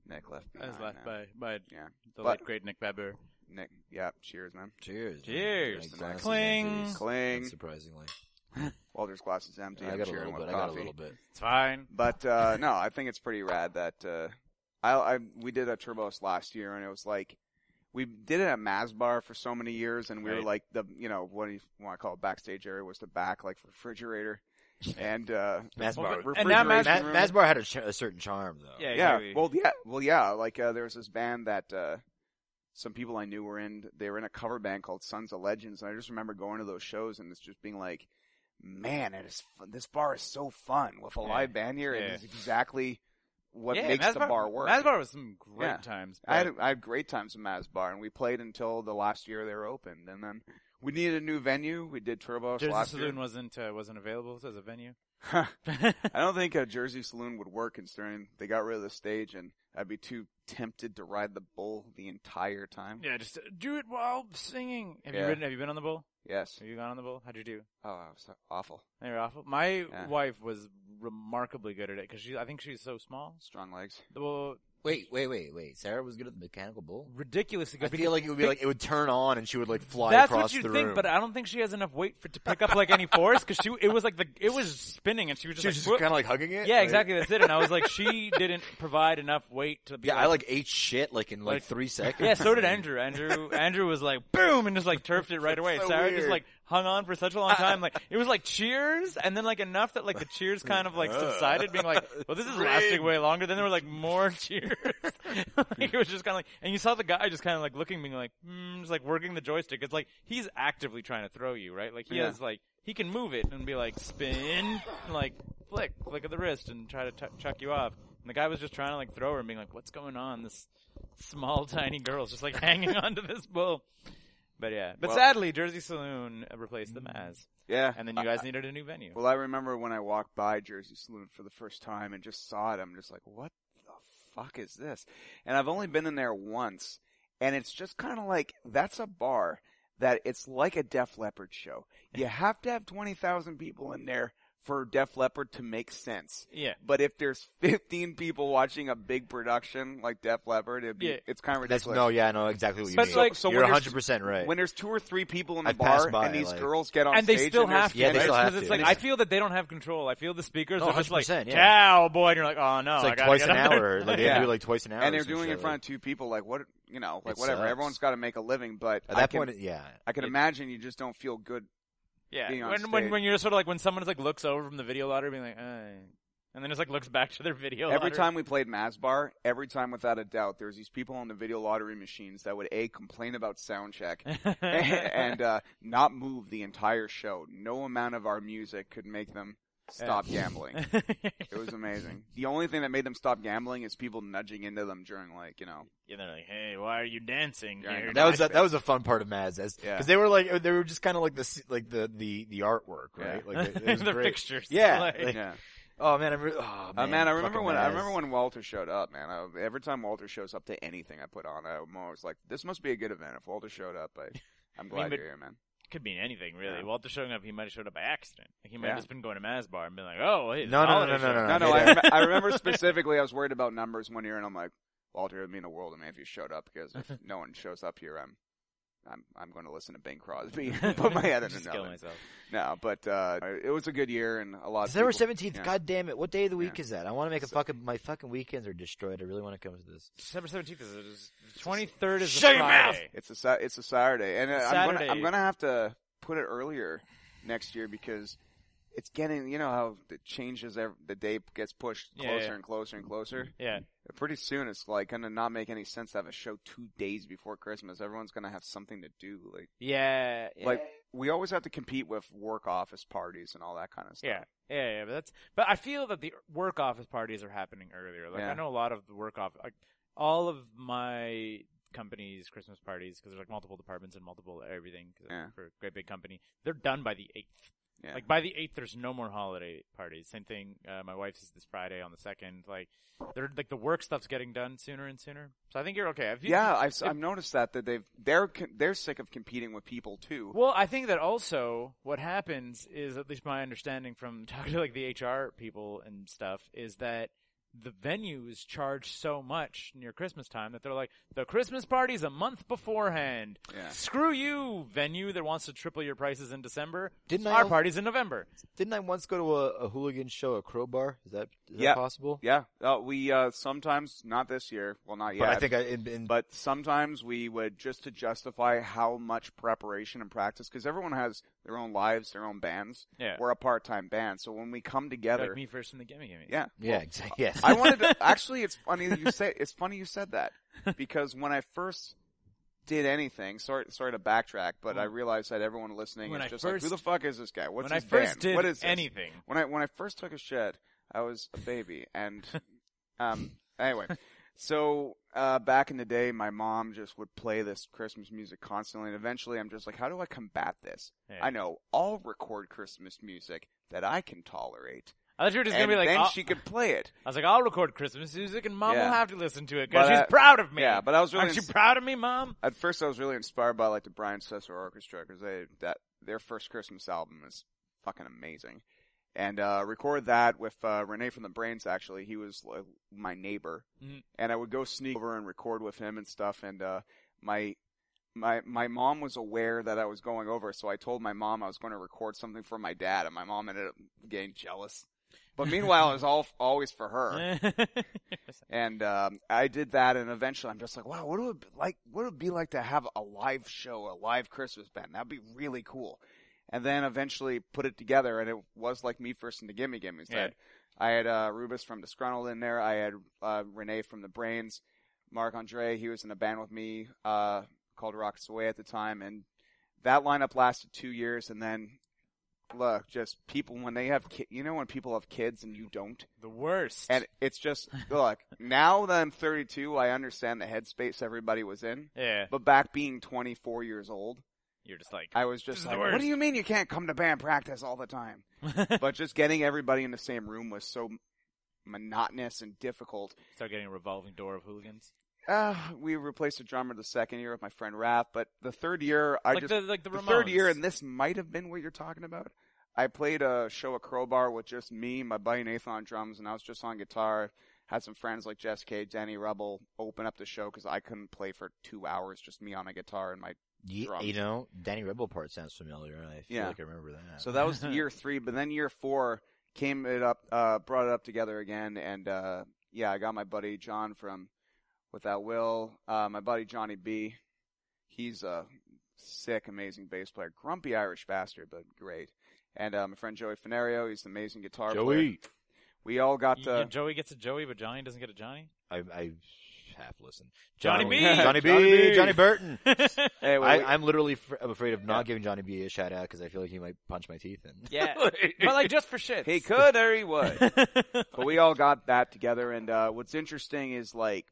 Speaker 4: Nick left.
Speaker 3: As
Speaker 4: behind,
Speaker 3: left
Speaker 4: man.
Speaker 3: by by
Speaker 4: Yeah.
Speaker 3: the
Speaker 4: But-
Speaker 3: late great Nick Baber.
Speaker 4: Nick, yeah, cheers, man.
Speaker 2: Cheers. man.
Speaker 3: Cheers.
Speaker 2: Like, glasses
Speaker 3: Cling.
Speaker 2: empties.
Speaker 4: Cling.
Speaker 2: Surprisingly,
Speaker 4: Walter's glass is empty.
Speaker 2: I
Speaker 4: I'm
Speaker 2: got a
Speaker 4: cheering
Speaker 2: little
Speaker 4: with
Speaker 2: bit. I got a
Speaker 4: coffee.
Speaker 2: little bit.
Speaker 3: It's fine.
Speaker 4: But uh, no, I think it's pretty rad that uh, I, I we did a turbos last year, and it was like we did it at Mazbar for so many years, and we were
Speaker 3: Right.
Speaker 4: like the you know what do you want to call it backstage area was the back like refrigerator, and uh,
Speaker 2: Masbar.
Speaker 3: And now
Speaker 4: refrigeration
Speaker 3: Mas-
Speaker 4: room.
Speaker 2: Masbar had a, ch- a certain charm though.
Speaker 3: Yeah.
Speaker 4: yeah,
Speaker 3: exactly.
Speaker 4: well yeah, well yeah, like uh, there was this band that uh, some people I knew were in. They were in a cover band called Sons of Legends, and I just remember going to those shows and it's just being like. Man, it is fun. this bar is so fun with a
Speaker 3: Yeah.
Speaker 4: live band here.
Speaker 3: Yeah.
Speaker 4: It is exactly what
Speaker 3: Yeah,
Speaker 4: makes the
Speaker 3: Mazbar-
Speaker 4: bar work.
Speaker 3: Mazbar was some great
Speaker 4: Yeah.
Speaker 3: times.
Speaker 4: I had,
Speaker 3: but-
Speaker 4: I had great times in Mazbar, and we played until the last year they were opened. And then we needed a new venue. We did Turbo
Speaker 3: Jersey
Speaker 4: last
Speaker 3: Saloon
Speaker 4: year.
Speaker 3: wasn't uh, wasn't available as a venue.
Speaker 4: I don't think a Jersey Saloon would work considering they got rid of the stage, and I'd be too tempted to ride the bull the entire time.
Speaker 3: Yeah, just uh, do it while singing. Have you
Speaker 4: Yeah.
Speaker 3: ridden? Have you been on the bowl?
Speaker 4: Yes.
Speaker 3: Have you gone on the bowl? How'd you do?
Speaker 4: Oh, that was awful.
Speaker 3: They were awful. My
Speaker 4: Yeah.
Speaker 3: wife was remarkably good at it because she, I think she's so small.
Speaker 4: Strong legs.
Speaker 3: Well,
Speaker 2: Wait, wait, wait, wait. Sarah was good at the mechanical bull.
Speaker 3: ridiculously
Speaker 2: I
Speaker 3: good.
Speaker 2: feel like it would be like it would turn on and she would like fly
Speaker 3: that's
Speaker 2: across
Speaker 3: what you
Speaker 2: the
Speaker 3: would
Speaker 2: room.
Speaker 3: think, but I don't think she has enough weight for to pick up like any force because she it was like the it was spinning and she was just
Speaker 2: she was just
Speaker 3: like,
Speaker 2: kind of like hugging it.
Speaker 3: yeah
Speaker 2: like-
Speaker 3: exactly that's it and I was like she didn't provide enough weight to be
Speaker 2: Yeah,
Speaker 3: like,
Speaker 2: I like ate shit like in like,
Speaker 3: Like-
Speaker 2: three seconds.
Speaker 3: yeah so did Andrew Andrew Andrew was like boom and just like turfed it right away
Speaker 2: so
Speaker 3: Sarah just
Speaker 2: weird.
Speaker 3: like hung on for such a long time like it was like cheers and then like enough that like the cheers kind of
Speaker 2: Uh.
Speaker 3: like subsided being like well this is lasting way longer then there were like more cheers like, it was just kind of like and you saw the guy just kind of like looking being like hmm just like working the joystick it's like he's actively trying to throw you right like he
Speaker 4: Yeah.
Speaker 3: has like he can move it and be like spin and like flick flick of the wrist and try to t- chuck you off and the guy was just trying to like throw her and being like what's going on this small tiny girl's just like hanging onto this bull but yeah, but
Speaker 4: Well-
Speaker 3: sadly, Jersey Saloon replaced them as,
Speaker 4: Yeah.
Speaker 3: and then you guys needed a new venue.
Speaker 4: Well, I remember when I walked by Jersey Saloon for the first time and just saw it. I'm just like, what the fuck is this? And I've only been in there once, and it's just kind of like that's a bar that it's like a Def Leppard show. You have to have twenty thousand people in there for Def Leppard to make sense.
Speaker 3: yeah,
Speaker 4: But if there's fifteen people watching a big production like Def Leppard, it'd be
Speaker 3: Yeah.
Speaker 4: it's kind of
Speaker 2: That's
Speaker 4: ridiculous.
Speaker 2: no, yeah, I know exactly what you
Speaker 4: But,
Speaker 2: mean.
Speaker 4: like, so when
Speaker 2: you're
Speaker 4: there's-
Speaker 2: 100 percent right.
Speaker 4: When there's two or three people in the
Speaker 2: I've passed
Speaker 4: bar
Speaker 2: by,
Speaker 4: and these
Speaker 2: like-
Speaker 4: girls get on
Speaker 3: and
Speaker 4: stage,
Speaker 3: they still
Speaker 4: and they're
Speaker 3: have to.
Speaker 2: Yeah, they
Speaker 3: right?
Speaker 2: still
Speaker 3: 'Cause
Speaker 2: have
Speaker 3: it's
Speaker 2: to.
Speaker 3: Like
Speaker 2: They
Speaker 3: I feel that they don't have control. I feel the speakers
Speaker 2: No,
Speaker 3: are just like
Speaker 2: 100%, yeah.
Speaker 3: cowboy, and you're like, oh no,
Speaker 2: it's
Speaker 3: I
Speaker 2: like
Speaker 3: gotta
Speaker 2: twice
Speaker 3: get
Speaker 2: an
Speaker 3: up there."
Speaker 2: hour. Like they
Speaker 4: Yeah.
Speaker 2: do like twice an hour.
Speaker 4: and they're
Speaker 2: or some
Speaker 4: doing it
Speaker 2: shit,
Speaker 4: in front of two people. Like what, you know, like
Speaker 2: It
Speaker 4: whatever.
Speaker 2: sucks.
Speaker 4: Everyone's got to make a living, but
Speaker 2: like-
Speaker 4: I
Speaker 2: At that
Speaker 4: can,
Speaker 2: point, yeah.
Speaker 4: I can imagine you just don't feel good. being
Speaker 3: Yeah,
Speaker 4: on
Speaker 3: when, when
Speaker 4: stage.
Speaker 3: when you're sort of like when someone like looks over from the video louder, being like, eh. and then just like looks back to their video.
Speaker 4: Every
Speaker 3: louder.
Speaker 4: time we played Mazbar, every time without a doubt, there was these people on the video lottery machines that would a complain about sound check and uh, not move the entire show. No amount of our music could make them stop gambling. It was amazing. The only thing that made them stop gambling is people nudging into them during, like, you know,
Speaker 3: yeah, they're like, hey, why are you dancing?
Speaker 4: Yeah, I
Speaker 3: here?
Speaker 4: know.
Speaker 2: That was a, that was a fun part of Maz, because
Speaker 4: Yeah.
Speaker 2: they were like they were just kind of like the s- like the the the artwork, right?
Speaker 4: Yeah.
Speaker 2: Like it, it was
Speaker 3: the
Speaker 2: great.
Speaker 3: fixtures.
Speaker 2: Yeah,
Speaker 3: Like-
Speaker 2: like-
Speaker 4: yeah.
Speaker 2: Oh man, I re- oh, man,
Speaker 4: Uh, man, I remember
Speaker 2: fucking
Speaker 4: when I
Speaker 2: Maz.
Speaker 4: remember when Walter showed up, man. I, every time Walter shows up to anything I put on, I'm always like, "This must be a good event." If Walter showed up, I, I'm glad
Speaker 3: but-
Speaker 4: you're here, man.
Speaker 3: Could mean anything, really.
Speaker 4: Yeah.
Speaker 3: Walter showing up, he might have showed up by accident. Like, he might
Speaker 4: Yeah.
Speaker 3: have just been going to Mazbar and been like, "Oh, hey, it's
Speaker 2: No,
Speaker 3: a
Speaker 2: no, no,
Speaker 3: holiday
Speaker 2: no, no,
Speaker 3: show.
Speaker 2: no,
Speaker 4: No, no,
Speaker 2: yeah.
Speaker 4: I, rem- I remember specifically. I was worried about numbers one year, and I'm like, Walter, it'd mean the world to me if you showed up because if no one shows up here, I'm, I'm, I'm going to listen to Bing Crosby and
Speaker 3: oh,
Speaker 4: put my head in
Speaker 3: Just
Speaker 4: an
Speaker 3: kill
Speaker 4: oven.
Speaker 3: myself.
Speaker 4: No, but uh, it was a good year, and a lot. of
Speaker 2: December
Speaker 4: people-
Speaker 2: seventeenth.
Speaker 4: yeah.
Speaker 2: God damn it! What day of the week
Speaker 4: Yeah.
Speaker 2: is that? I want to make a fucking my fucking weekends are destroyed. I really want to come to this.
Speaker 3: December seventeenth is twenty third is
Speaker 2: Shut
Speaker 3: a
Speaker 2: your mouth!
Speaker 3: Friday.
Speaker 4: It's a Sa- it's a Saturday, and uh, I'm gonna
Speaker 3: Saturday.
Speaker 4: I'm gonna have to put it earlier next year because it's getting, you know how it changes, every, the date gets pushed
Speaker 3: Yeah,
Speaker 4: closer
Speaker 3: yeah.
Speaker 4: and closer and closer. Uh,
Speaker 3: Yeah.
Speaker 4: Pretty soon it's like gonna not make any sense to have a show two days before Christmas. Everyone's gonna have something to do. Like,
Speaker 3: Yeah.
Speaker 4: like we always have to compete with work office parties and all that kind of stuff.
Speaker 3: Yeah, yeah, yeah. But that's but I feel that the work office parties are happening earlier. Like
Speaker 4: Yeah.
Speaker 3: I know a lot of the work off, like, all of my company's Christmas parties because there's like multiple departments and multiple everything 'cause
Speaker 4: Yeah.
Speaker 3: for a great big company. They're done by the eighth.
Speaker 4: Yeah.
Speaker 3: Like by the eighth, there's no more holiday parties. Same thing. Uh, my wife's is this Friday on the second. Like they're like the work stuff's getting done sooner and sooner. So I think you're okay. If you-
Speaker 4: yeah, I've, s- I've noticed that that they've they're con- they're sick of competing with people too.
Speaker 3: Well, I think that also what happens is, at least my understanding from talking to like the HR people and stuff, is that the venues charge so much near Christmas time that they're like, the Christmas party's a month beforehand.
Speaker 4: Yeah.
Speaker 3: Screw you, venue that wants to triple your prices in December.
Speaker 2: Didn't I
Speaker 3: Our
Speaker 2: al-
Speaker 3: party's in November.
Speaker 2: Didn't I once go to a, a hooligan show at Crowbar? Is that is
Speaker 4: Yeah.
Speaker 2: that possible?
Speaker 4: Yeah, uh, we uh, sometimes not this year. Well, not yet.
Speaker 2: But I think I in, in
Speaker 4: but sometimes we would just to justify how much preparation and practice because everyone has their own lives, their own bands.
Speaker 3: Yeah.
Speaker 4: We're a part-time band, so when we come together,
Speaker 3: Like me first in the gimme gimme.
Speaker 4: yeah,
Speaker 2: yeah, exactly. Yes.
Speaker 4: I wanted to, actually it's funny that you say it's funny you said that because when I first did anything, sorry sorry to backtrack, but I realized that everyone listening
Speaker 3: When
Speaker 4: is
Speaker 3: I
Speaker 4: just like
Speaker 3: first-
Speaker 4: who the fuck is this guy? What's
Speaker 3: when I
Speaker 4: his
Speaker 3: first
Speaker 4: band?
Speaker 3: did
Speaker 4: what is this?
Speaker 3: anything.
Speaker 4: When I when I first took a shit, I was a baby and um anyway, so uh back in the day my mom just would play this Christmas music constantly and eventually I'm just like how do I combat this?
Speaker 3: Yeah.
Speaker 4: I know I'll record Christmas music that I can tolerate.
Speaker 3: I thought you were just
Speaker 4: and
Speaker 3: gonna be like, "Ah."
Speaker 4: then
Speaker 3: "I'll-"
Speaker 4: she could play it.
Speaker 3: I was like, I'll record Christmas music and mom
Speaker 4: Yeah.
Speaker 3: will have to listen to it because
Speaker 4: But
Speaker 3: she's
Speaker 4: I-
Speaker 3: proud of me.
Speaker 4: yeah, but I was really
Speaker 3: aren't you
Speaker 4: ins-
Speaker 3: proud of me, mom?
Speaker 4: At first, I was really inspired by like the Brian Setzer Orchestra because they that their first Christmas album is fucking amazing, and uh, recorded that with uh, Renee from the Brains. Actually, he was like, my neighbor,
Speaker 3: Mhm.
Speaker 4: and I would go sneak over and record with him and stuff. And uh, my my my mom was aware that I was going over, so I told my mom I was going to record something for my dad, and my mom ended up getting jealous. But meanwhile, it was all always for her. And um, I did that, and eventually, I'm just like, wow, what would it be like? What would it be like to have a live show, a live Christmas band? That'd be really cool. And then eventually put it together, and it was like me first in the Gimme Gimme.
Speaker 3: Yeah.
Speaker 4: said. I had uh, Rubus from Disgruntled in there. I had uh, Renee from The Brains. Marc Andre, he was in a band with me uh, called Rockets Away at the time, and that lineup lasted two years. And then, look, just people when they have, ki- you know, when people have kids and you don't,
Speaker 3: the worst.
Speaker 4: and it's just look, now that I'm 32, I understand the headspace everybody was in.
Speaker 3: yeah,
Speaker 4: But back being 24 years old,
Speaker 3: you're just like,
Speaker 4: I was
Speaker 3: This
Speaker 4: just
Speaker 3: is the
Speaker 4: like, "What
Speaker 3: worst."
Speaker 4: do you mean you can't come to band practice all the time?" but just getting everybody in the same room was so monotonous and difficult.
Speaker 3: Start getting a revolving door of hooligans.
Speaker 4: Uh, we replaced the drummer the second year with my friend Raph, but the third year, I
Speaker 3: like
Speaker 4: just
Speaker 3: the like the,
Speaker 4: the
Speaker 3: Ramones.
Speaker 4: third year, and this might have been what you're talking about. I played a show at Crowbar with just me, my buddy Nathan on drums, and I was just on guitar. Had some friends like Jessica, Danny Rubble open up the show because I couldn't play for two hours, just me on a guitar and my.
Speaker 2: Ye-
Speaker 4: drums.
Speaker 2: you know, Danny Rebel part sounds familiar. I feel
Speaker 4: Yeah.
Speaker 2: like I remember that.
Speaker 4: So that was year three, but then year four came it up, uh, brought it up together again, and uh, yeah, I got my buddy John from Without Will, uh, my buddy Johnny B. He's a sick, amazing bass player, grumpy Irish bastard, but great. And uh, my friend Joey Fenario, he's an amazing guitar player. We all got
Speaker 3: Y-
Speaker 4: the.
Speaker 3: y- Joey gets a Joey, but Johnny doesn't get a Johnny.
Speaker 2: I, I half listened.
Speaker 3: Johnny B!
Speaker 2: Johnny B.
Speaker 4: Johnny
Speaker 2: Johnny
Speaker 4: B.
Speaker 2: Burton.
Speaker 4: Hey, wait,
Speaker 2: I,
Speaker 4: wait.
Speaker 2: I'm literally fr- I'm afraid of not
Speaker 4: Yeah.
Speaker 2: giving Johnny B a shout out because I feel like he might punch my teeth in.
Speaker 3: yeah, but like just for shit.
Speaker 4: he could or he would. but we all got that together. And uh, what's interesting is like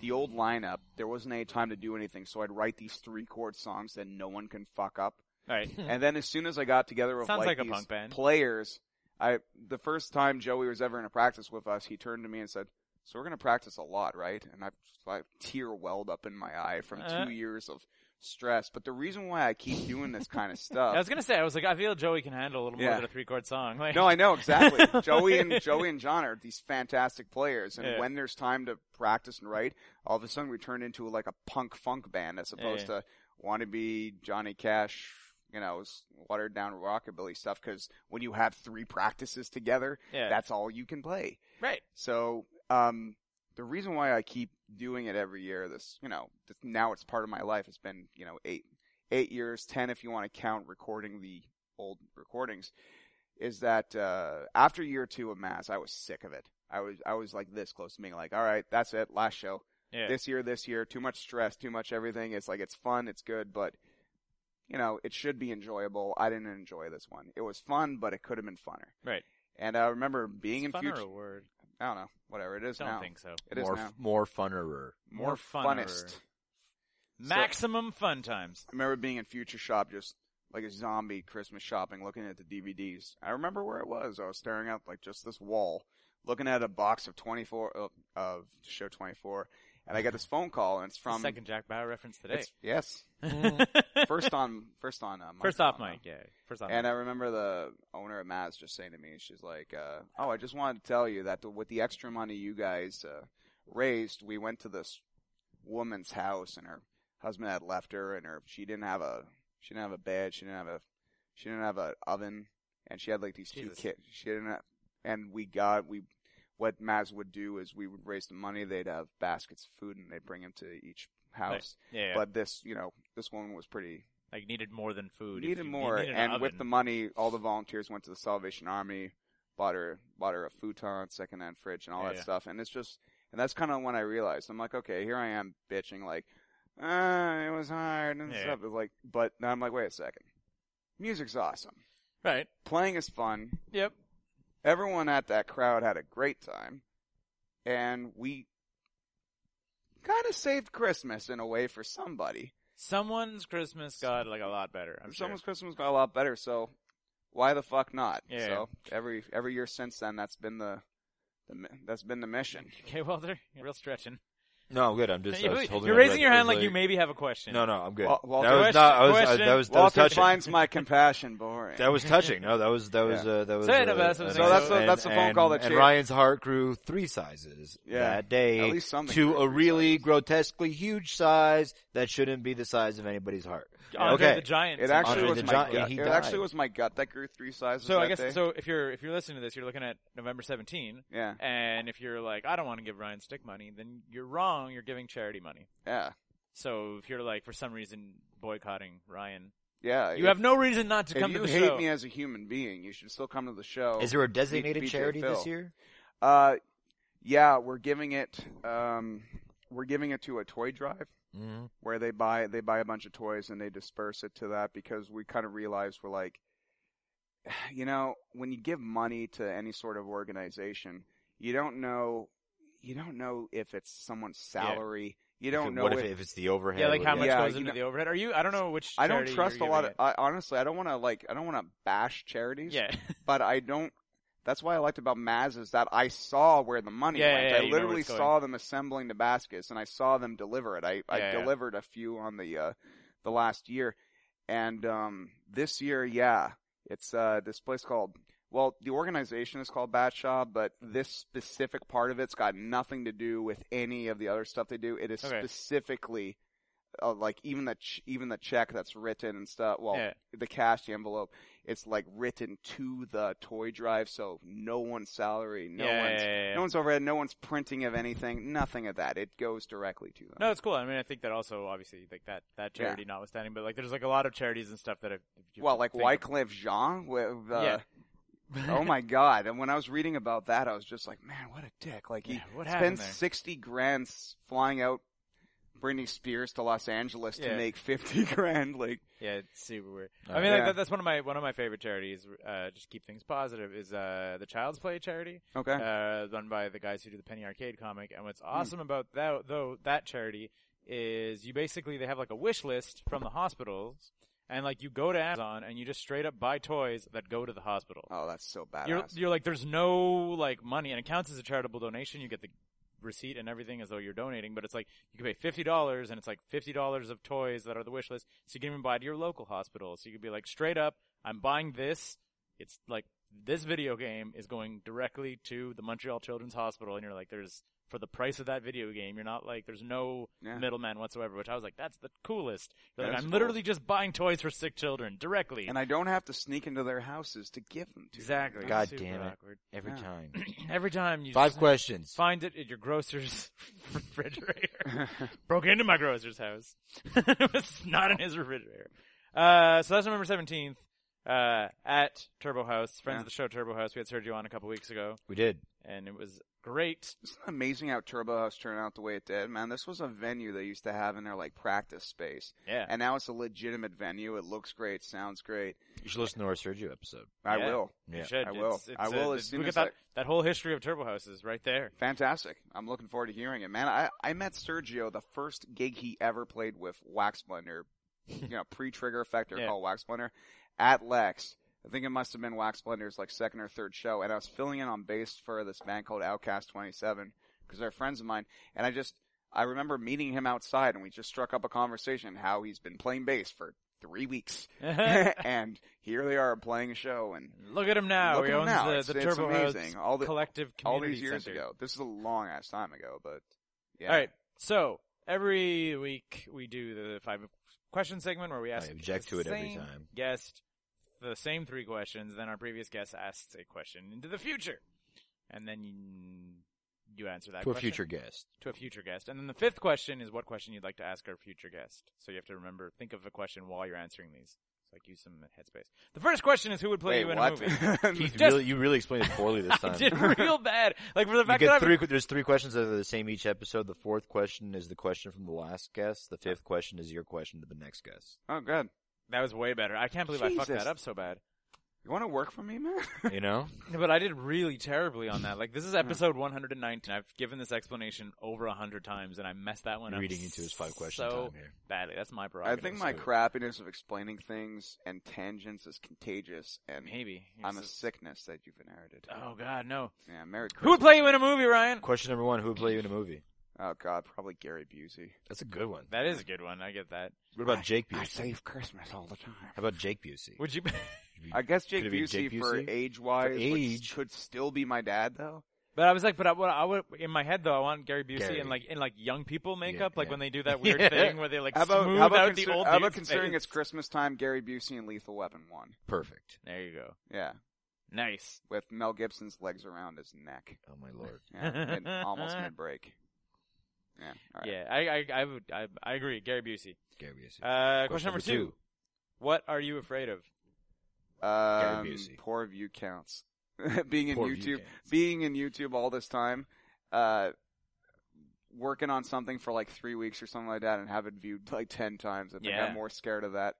Speaker 4: the old lineup, there wasn't any time to do anything, so I'd write these three chord songs that no one can fuck up.
Speaker 3: right.
Speaker 4: And then as soon as I got together with
Speaker 3: Sounds
Speaker 4: like,
Speaker 3: like a
Speaker 4: these
Speaker 3: punk band.
Speaker 4: players, I the first time Joey was ever in a practice with us, he turned to me and said, "So we're gonna practice a lot, right?" And I, I tear welled up in my eye from
Speaker 3: Uh.
Speaker 4: two years of stress. But the reason why I keep doing this kind of stuff,
Speaker 3: I was gonna say, I was like, I feel Joey can handle a little more
Speaker 4: uh, Yeah.
Speaker 3: than a three chord song. Like,
Speaker 4: No, I know exactly. Joey and Joey and John are these fantastic players, and
Speaker 3: Yeah.
Speaker 4: when there's time to practice and write, all of a sudden we turn into like a punk funk band as opposed to wannabe Johnny Cash, you know, s- watered down rockabilly stuff. Because when you have three practices together,
Speaker 3: Yeah.
Speaker 4: that's all you can play.
Speaker 3: right.
Speaker 4: So, um, the reason why I keep doing it every year, this, you know, th- now it's part of my life. It's been, you know, eight, eight years, ten if you want to count recording the old recordings, is that uh, after year two of Mass, I was sick of it. I was I was like this close to being like, all right, that's it, last show.
Speaker 3: Yeah.
Speaker 4: This year, this year, too much stress, too much everything. It's like it's fun, it's good, but you know, it should be enjoyable. I didn't enjoy this one. It was fun, but it could have been funner.
Speaker 3: Right.
Speaker 4: And I remember being
Speaker 3: Is
Speaker 4: in
Speaker 3: fun
Speaker 4: future.
Speaker 3: or a word?
Speaker 4: I don't know, whatever it is
Speaker 3: Don't
Speaker 4: now.
Speaker 3: think so.
Speaker 4: It is
Speaker 2: more
Speaker 4: now.
Speaker 2: f- more funnerer.
Speaker 3: More
Speaker 4: More
Speaker 3: funner.
Speaker 4: funnest.
Speaker 3: Maximum fun times.
Speaker 4: I remember being in Future Shop just like a zombie Christmas shopping, looking at the DVDs. I remember where it was. I was staring at like just this wall, looking at a box of 24 of, of show 24, and I get this phone call, and it's from
Speaker 3: second Jack Bauer reference today.
Speaker 4: it's, yes, first on first on uh, Mike's
Speaker 3: First off,
Speaker 4: phone, uh,
Speaker 3: Mike. Yeah. First off.
Speaker 4: And I
Speaker 3: Mike.
Speaker 4: remember the owner of Maz just saying to me, she's like, uh, "Oh, I just wanted to tell you that the, with the extra money you guys uh, raised, we went to this woman's house, and her husband had left her, and her she didn't have a she didn't have a bed, she didn't have a she didn't have an oven, and she had like these
Speaker 2: Jesus.
Speaker 4: two kids. She didn't, have, and we got we." What Maz would do is we would raise the money. They'd have baskets of food and they'd bring them to each house.
Speaker 3: yeah, yeah.
Speaker 4: But this, you know, this woman was pretty
Speaker 3: like needed more than food. If
Speaker 4: Needed
Speaker 3: you- you
Speaker 4: more,
Speaker 3: needed an
Speaker 4: and with
Speaker 3: oven.
Speaker 4: the money, all the volunteers went to the Salvation Army, bought her, bought her a futon, secondhand fridge, and all
Speaker 3: Yeah,
Speaker 4: that
Speaker 3: yeah.
Speaker 4: stuff. And it's just, and that's kind of when I realized I'm like, okay, here I am bitching like, ah, it was hard and
Speaker 3: Yeah,
Speaker 4: stuff. It's like, but now I'm like, wait a second, music's awesome,
Speaker 3: right.
Speaker 4: playing is fun.
Speaker 3: Yep.
Speaker 4: Everyone at that crowd had a great time, and we kind of saved Christmas in a way for somebody.
Speaker 3: Someone's Christmas got like a lot better. I'm sure.
Speaker 4: Someone's Christmas got a lot better, so why the fuck not?
Speaker 3: Yeah.
Speaker 4: So every every year since then, that's been the, the mi- that's been the mission.
Speaker 3: Okay, Walter, real stretching.
Speaker 2: No, I'm good. I'm just. I was holding
Speaker 3: You're
Speaker 2: my
Speaker 3: raising
Speaker 2: breath.
Speaker 3: your
Speaker 2: It
Speaker 3: hand
Speaker 2: was
Speaker 3: like you maybe have a question.
Speaker 2: No, no, I'm good.
Speaker 4: Wal- Walter-
Speaker 2: that was not. I was. I,
Speaker 3: Question.
Speaker 2: that was. That was
Speaker 4: Walter
Speaker 2: touching.
Speaker 4: finds my compassion boring.
Speaker 2: That was touching. No, that was. That was.
Speaker 4: Yeah.
Speaker 2: Uh, that was.
Speaker 3: Sorry,
Speaker 2: uh,
Speaker 3: no, that's what
Speaker 2: and-
Speaker 3: I'm saying. So that's
Speaker 4: the-
Speaker 2: and-
Speaker 4: that's the phone
Speaker 2: and-
Speaker 4: call that
Speaker 2: And
Speaker 4: you-
Speaker 2: Ryan's heart grew three sizes
Speaker 4: Yeah.
Speaker 2: that day.
Speaker 4: At least something
Speaker 2: To
Speaker 4: grew
Speaker 2: a
Speaker 4: three
Speaker 2: really
Speaker 4: sizes.
Speaker 2: grotesquely huge size that shouldn't be the size of anybody's heart.
Speaker 3: Andre
Speaker 2: okay.
Speaker 3: the Giant.
Speaker 4: it
Speaker 2: Andre
Speaker 4: actually was
Speaker 2: the
Speaker 4: my
Speaker 2: Giant-
Speaker 4: gut.
Speaker 2: he
Speaker 4: It actually
Speaker 2: died.
Speaker 4: was my gut that grew three sizes.
Speaker 3: So I
Speaker 4: that
Speaker 3: guess
Speaker 4: day.
Speaker 3: so. If you're if you're listening to this, you're looking at November 17,
Speaker 4: Yeah,
Speaker 3: and if you're like, I don't want to give Ryan stick money, then you're wrong. You're giving charity money.
Speaker 4: yeah,
Speaker 3: So if you're like for some reason boycotting Ryan,
Speaker 4: yeah.
Speaker 3: you have no reason not to
Speaker 4: Uh, If
Speaker 3: come
Speaker 4: you
Speaker 3: to the
Speaker 4: hate
Speaker 3: show.
Speaker 4: me as a human being, you should still come to the show.
Speaker 2: Is there a designated
Speaker 4: BJ
Speaker 2: charity this
Speaker 4: Phil.
Speaker 2: year?
Speaker 4: Uh, yeah, we're giving it. Um, we're giving it to a toy drive.
Speaker 2: Mm-hmm.
Speaker 4: where they buy they buy a bunch of toys and they disperse it to that because we kind of realized we're like you know when you give money to any sort of organization you don't know you don't know if it's someone's salary you don't know
Speaker 2: What if, if it's the overhead?
Speaker 3: yeah, like how
Speaker 2: or-
Speaker 3: much
Speaker 4: Yeah,
Speaker 3: goes
Speaker 4: you
Speaker 3: into
Speaker 4: know-
Speaker 3: the overhead? Are you? I don't know which.
Speaker 4: I don't
Speaker 3: charity you're
Speaker 4: trust a lot of
Speaker 3: giving
Speaker 4: I, honestly I don't want to like I don't want to bash charities
Speaker 3: it. Yeah.
Speaker 4: but I don't. That's why I liked about Maz is that I saw where the money
Speaker 3: Yeah,
Speaker 4: went.
Speaker 3: yeah,
Speaker 4: I
Speaker 3: you know where
Speaker 4: literally
Speaker 3: it's going.
Speaker 4: saw them assembling the baskets and I saw them deliver it. I, I
Speaker 3: Yeah, yeah.
Speaker 4: delivered a few on the uh, the last year, and um, this year, yeah, it's uh, this place called. Well, the organization is called Bat Shop, but this specific part of it's got nothing to do with any of the other stuff they do. It is
Speaker 3: Okay.
Speaker 4: specifically uh, like even the ch- even the check that's written and stuff. Well,
Speaker 3: Yeah.
Speaker 4: the cash, the envelope, it's like written to the toy drive, so no one's salary, no
Speaker 3: Yeah,
Speaker 4: one's
Speaker 3: yeah, yeah, yeah.
Speaker 4: no one's overhead, no one's printing of anything, nothing of that. It goes directly to them.
Speaker 3: No, it's cool. I mean, I think that also obviously like that that
Speaker 4: Yeah.
Speaker 3: charity notwithstanding, but like there's like a lot of charities and stuff that have. if you
Speaker 4: well, like
Speaker 3: think of-
Speaker 4: Wycliffe Jean with uh,
Speaker 3: Yeah.
Speaker 4: oh my god! And when I was reading about that, I was just like, man, what a dick! Like he
Speaker 3: Yeah, what happened
Speaker 4: spends
Speaker 3: there?
Speaker 4: sixty grand s- flying out Britney Spears to Los Angeles
Speaker 3: Yeah.
Speaker 4: to make fifty grand. Like
Speaker 3: Yeah, it's super weird.
Speaker 2: Uh,
Speaker 3: I mean, like
Speaker 4: yeah.
Speaker 3: that, that's one of my one of my favorite charities. Uh, just keep things positive is uh the Child's Play charity,
Speaker 4: okay,
Speaker 3: uh, run by the guys who do the Penny Arcade comic. And
Speaker 4: Hmm.
Speaker 3: what's awesome about that though that charity is you basically they have like a wish list from the hospitals, and like you go to Amazon and you just straight up buy toys that go to the hospital.
Speaker 4: oh that's so badass.
Speaker 3: you're you're like there's no like money and it counts as a charitable donation you get the receipt and everything as though you're donating but it's like you can pay fifty dollars and it's like fifty dollars of toys that are the wish list so you can even buy to your local hospital so you could be like straight up i'm buying this it's like this video game is going directly to the montreal children's hospital and you're like there's for the price of that video game you're not like there's no
Speaker 4: Yeah.
Speaker 3: middleman whatsoever which i was like that's the coolest They're like,
Speaker 4: That's
Speaker 3: i'm
Speaker 4: cool.
Speaker 3: literally just buying toys for sick children directly
Speaker 4: and I don't have to sneak into their houses to give them to. them.
Speaker 3: exactly
Speaker 2: God
Speaker 3: Super
Speaker 2: damn it.
Speaker 3: awkward.
Speaker 2: Every
Speaker 4: Yeah.
Speaker 2: time.
Speaker 3: every time you
Speaker 2: Five
Speaker 3: just-
Speaker 2: questions.
Speaker 3: Find it at your grocer's refrigerator. Broke into my grocer's house. it was not in his refrigerator. Uh, so that's November 17th. uh, at Turbo House, friends
Speaker 4: Yeah.
Speaker 3: of the show Turbo House. We had Sergio on a couple weeks ago,
Speaker 2: We did.
Speaker 3: and it was great.
Speaker 4: It's amazing how Turbo House turned out the way it did, man. This was a venue they used to have in their like practice space,
Speaker 3: Yeah.
Speaker 4: and now it's a legitimate venue. It looks great, sounds great.
Speaker 2: You should listen to our Sergio episode.
Speaker 4: I
Speaker 3: Yeah.
Speaker 4: will.
Speaker 3: You
Speaker 2: Yeah.
Speaker 3: should.
Speaker 4: I will.
Speaker 3: It's- it's,
Speaker 4: I will
Speaker 3: uh,
Speaker 4: as soon
Speaker 3: look
Speaker 4: as
Speaker 3: at
Speaker 4: I-
Speaker 3: that, that whole history of Turbo House is right there.
Speaker 4: Fantastic. I'm looking forward to hearing it, man. I, I met Sergio the first gig he ever played with Wax Blender, you know, pre-trigger effector
Speaker 3: Yeah.
Speaker 4: called Wax Blender at Lex. I think it must have been Wax Blender's like second or third show. And I was filling in on bass for this band called Outcast 27 because they're friends of mine. And I just, I remember meeting him outside and we just struck up a conversation how he's been playing bass for three weeks. and here they are playing a show and
Speaker 3: Look at him now.
Speaker 4: Look
Speaker 3: he
Speaker 4: at him
Speaker 3: owns
Speaker 4: now.
Speaker 3: the,
Speaker 4: It's-
Speaker 3: the
Speaker 4: it's
Speaker 3: Turbo
Speaker 4: amazing.
Speaker 3: House
Speaker 4: All the-
Speaker 3: collective
Speaker 4: all
Speaker 3: community
Speaker 4: these years
Speaker 3: center.
Speaker 4: ago. This is a long ass time ago, but yeah.
Speaker 3: All right. So every week we do the five question segment where we ask
Speaker 2: I object
Speaker 3: the
Speaker 2: to it every
Speaker 3: same
Speaker 2: time.
Speaker 3: guest the same three questions. Then our previous guest asks a question into the future, and then you, you answer that
Speaker 2: to a
Speaker 3: question.
Speaker 2: future guest.
Speaker 3: to a future guest. And then the fifth question is what question you'd like to ask our future guest. So you have to remember, think of a question while you're answering these. It's like use some headspace. The first question is who would play you
Speaker 4: Wait,
Speaker 3: in
Speaker 4: what?
Speaker 3: a movie?
Speaker 2: Keith,
Speaker 3: Just-
Speaker 2: really, you really explained it poorly this
Speaker 3: I
Speaker 2: time.
Speaker 3: did real bad. Like for the
Speaker 2: You
Speaker 3: fact that
Speaker 2: get
Speaker 3: I've
Speaker 2: three, there's three questions that are the same each episode. The fourth question is the question from the last guest. The fifth question is your question to the next guest.
Speaker 4: oh, good.
Speaker 3: That was way better. I can't believe I fucked
Speaker 4: Jesus.
Speaker 3: that up so bad.
Speaker 4: You want to work for me, man?
Speaker 2: You know?
Speaker 3: But I did really terribly on that. Like this is episode 119. I've given this explanation over a hundred times, and I messed that one
Speaker 2: You're
Speaker 3: up.
Speaker 2: eating into his five question
Speaker 3: so
Speaker 2: time here.
Speaker 3: badly. That's my
Speaker 4: I
Speaker 3: prerogative.
Speaker 4: think my
Speaker 3: so
Speaker 4: crappiness of explaining things and tangents is contagious, and
Speaker 3: maybe Here's
Speaker 4: I'm a
Speaker 3: this-
Speaker 4: sickness that you've inherited.
Speaker 3: Oh God, no!
Speaker 4: Yeah, Merry Christmas.
Speaker 3: Who would play you in a movie, Ryan?
Speaker 2: Question number one: Who would play you in a movie?
Speaker 4: Oh God, probably Gary Busey.
Speaker 2: That's a good one.
Speaker 3: That is a good one. I get that.
Speaker 2: What about Jake
Speaker 4: I
Speaker 2: Busey?
Speaker 4: save Christmas all the time.
Speaker 2: How about Jake Busey?
Speaker 3: Would you?
Speaker 4: I guess Jake
Speaker 2: Could it be
Speaker 4: Busey,
Speaker 2: Jake
Speaker 4: for
Speaker 2: Busey?
Speaker 4: age-wise
Speaker 2: For
Speaker 4: would-
Speaker 2: age.
Speaker 4: could still be my dad, though.
Speaker 3: But I was like, but I, what I would in my head though, I want Gary Busey
Speaker 2: Gary.
Speaker 3: in like in like young people makeup, like
Speaker 2: yeah.
Speaker 3: when they do that weird
Speaker 2: Yeah.
Speaker 3: thing where they like
Speaker 4: How about,
Speaker 3: smooth
Speaker 4: how about,
Speaker 3: out the
Speaker 4: consider-
Speaker 3: old
Speaker 4: how about
Speaker 3: dude's
Speaker 4: considering
Speaker 3: face.
Speaker 4: it's Christmas time? Gary Busey and Lethal Weapon one.
Speaker 2: Perfect.
Speaker 3: There you go.
Speaker 4: Yeah,
Speaker 3: Nice.
Speaker 4: with Mel Gibson's legs around his neck.
Speaker 2: Oh my lord.
Speaker 4: Yeah, mid, almost mid-break. Yeah. All right.
Speaker 3: Yeah, I I I would I, I agree. Gary Busey.
Speaker 2: Gary Busey.
Speaker 3: Uh, question, number two. What are you afraid of?
Speaker 4: Um,
Speaker 2: Busey.
Speaker 4: Poor view counts. being in
Speaker 2: Poor view
Speaker 4: YouTube,
Speaker 2: counts.
Speaker 4: being in YouTube all this time, uh, working on something for like three weeks or something like that, and have it viewed like ten times. I think
Speaker 3: Yeah.
Speaker 4: I'm more scared of that.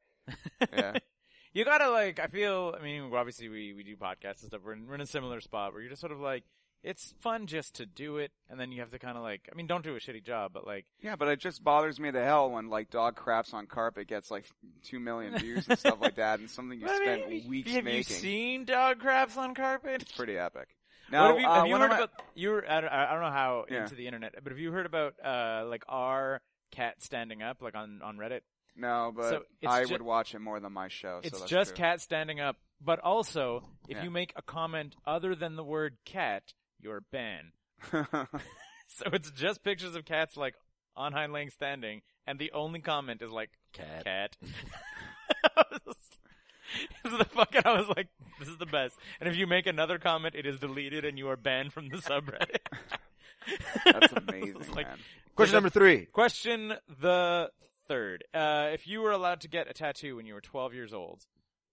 Speaker 4: Yeah.
Speaker 3: you gotta like. I feel. I mean, obviously we we do podcasts and stuff. We're in, we're in a similar spot where you're just sort of like. It's fun just to do it, and then you have to kind of like. I mean, don't do a shitty job, but like,
Speaker 4: yeah, but it just bothers me to hell when like dog craps on carpet gets like two million views and stuff like that, and something you
Speaker 3: I mean,
Speaker 4: spent
Speaker 3: have you-
Speaker 4: weeks
Speaker 3: have
Speaker 4: making.
Speaker 3: you seen dog craps on carpet?
Speaker 4: It's pretty epic.
Speaker 3: What
Speaker 4: Now,
Speaker 3: have you,
Speaker 4: uh,
Speaker 3: have you
Speaker 4: one
Speaker 3: heard
Speaker 4: of my-
Speaker 3: about you? Were, I, don't, I don't know how
Speaker 4: Yeah.
Speaker 3: into the internet, but have you heard about uh, like our cat standing up, like on on Reddit?
Speaker 4: No, but
Speaker 3: So it's
Speaker 4: I
Speaker 3: ju-
Speaker 4: would watch it more than my show. Oh, so
Speaker 3: it's
Speaker 4: that's
Speaker 3: just
Speaker 4: true.
Speaker 3: cat standing up, but also if
Speaker 4: Yeah.
Speaker 3: you make a comment other than the word cat, you're banned. So it's just pictures of cats like on hind legs standing, and the only comment is like
Speaker 2: Cat.
Speaker 3: cat. This is the fucking. I was like, this is the best. And if you make another comment, it is deleted, and you are banned from the subreddit.
Speaker 4: That's
Speaker 3: It's
Speaker 4: amazing,
Speaker 3: like-
Speaker 4: man.
Speaker 2: Question number three.
Speaker 3: Question the third. Uh, if you were allowed to get a tattoo when you were 12 years old,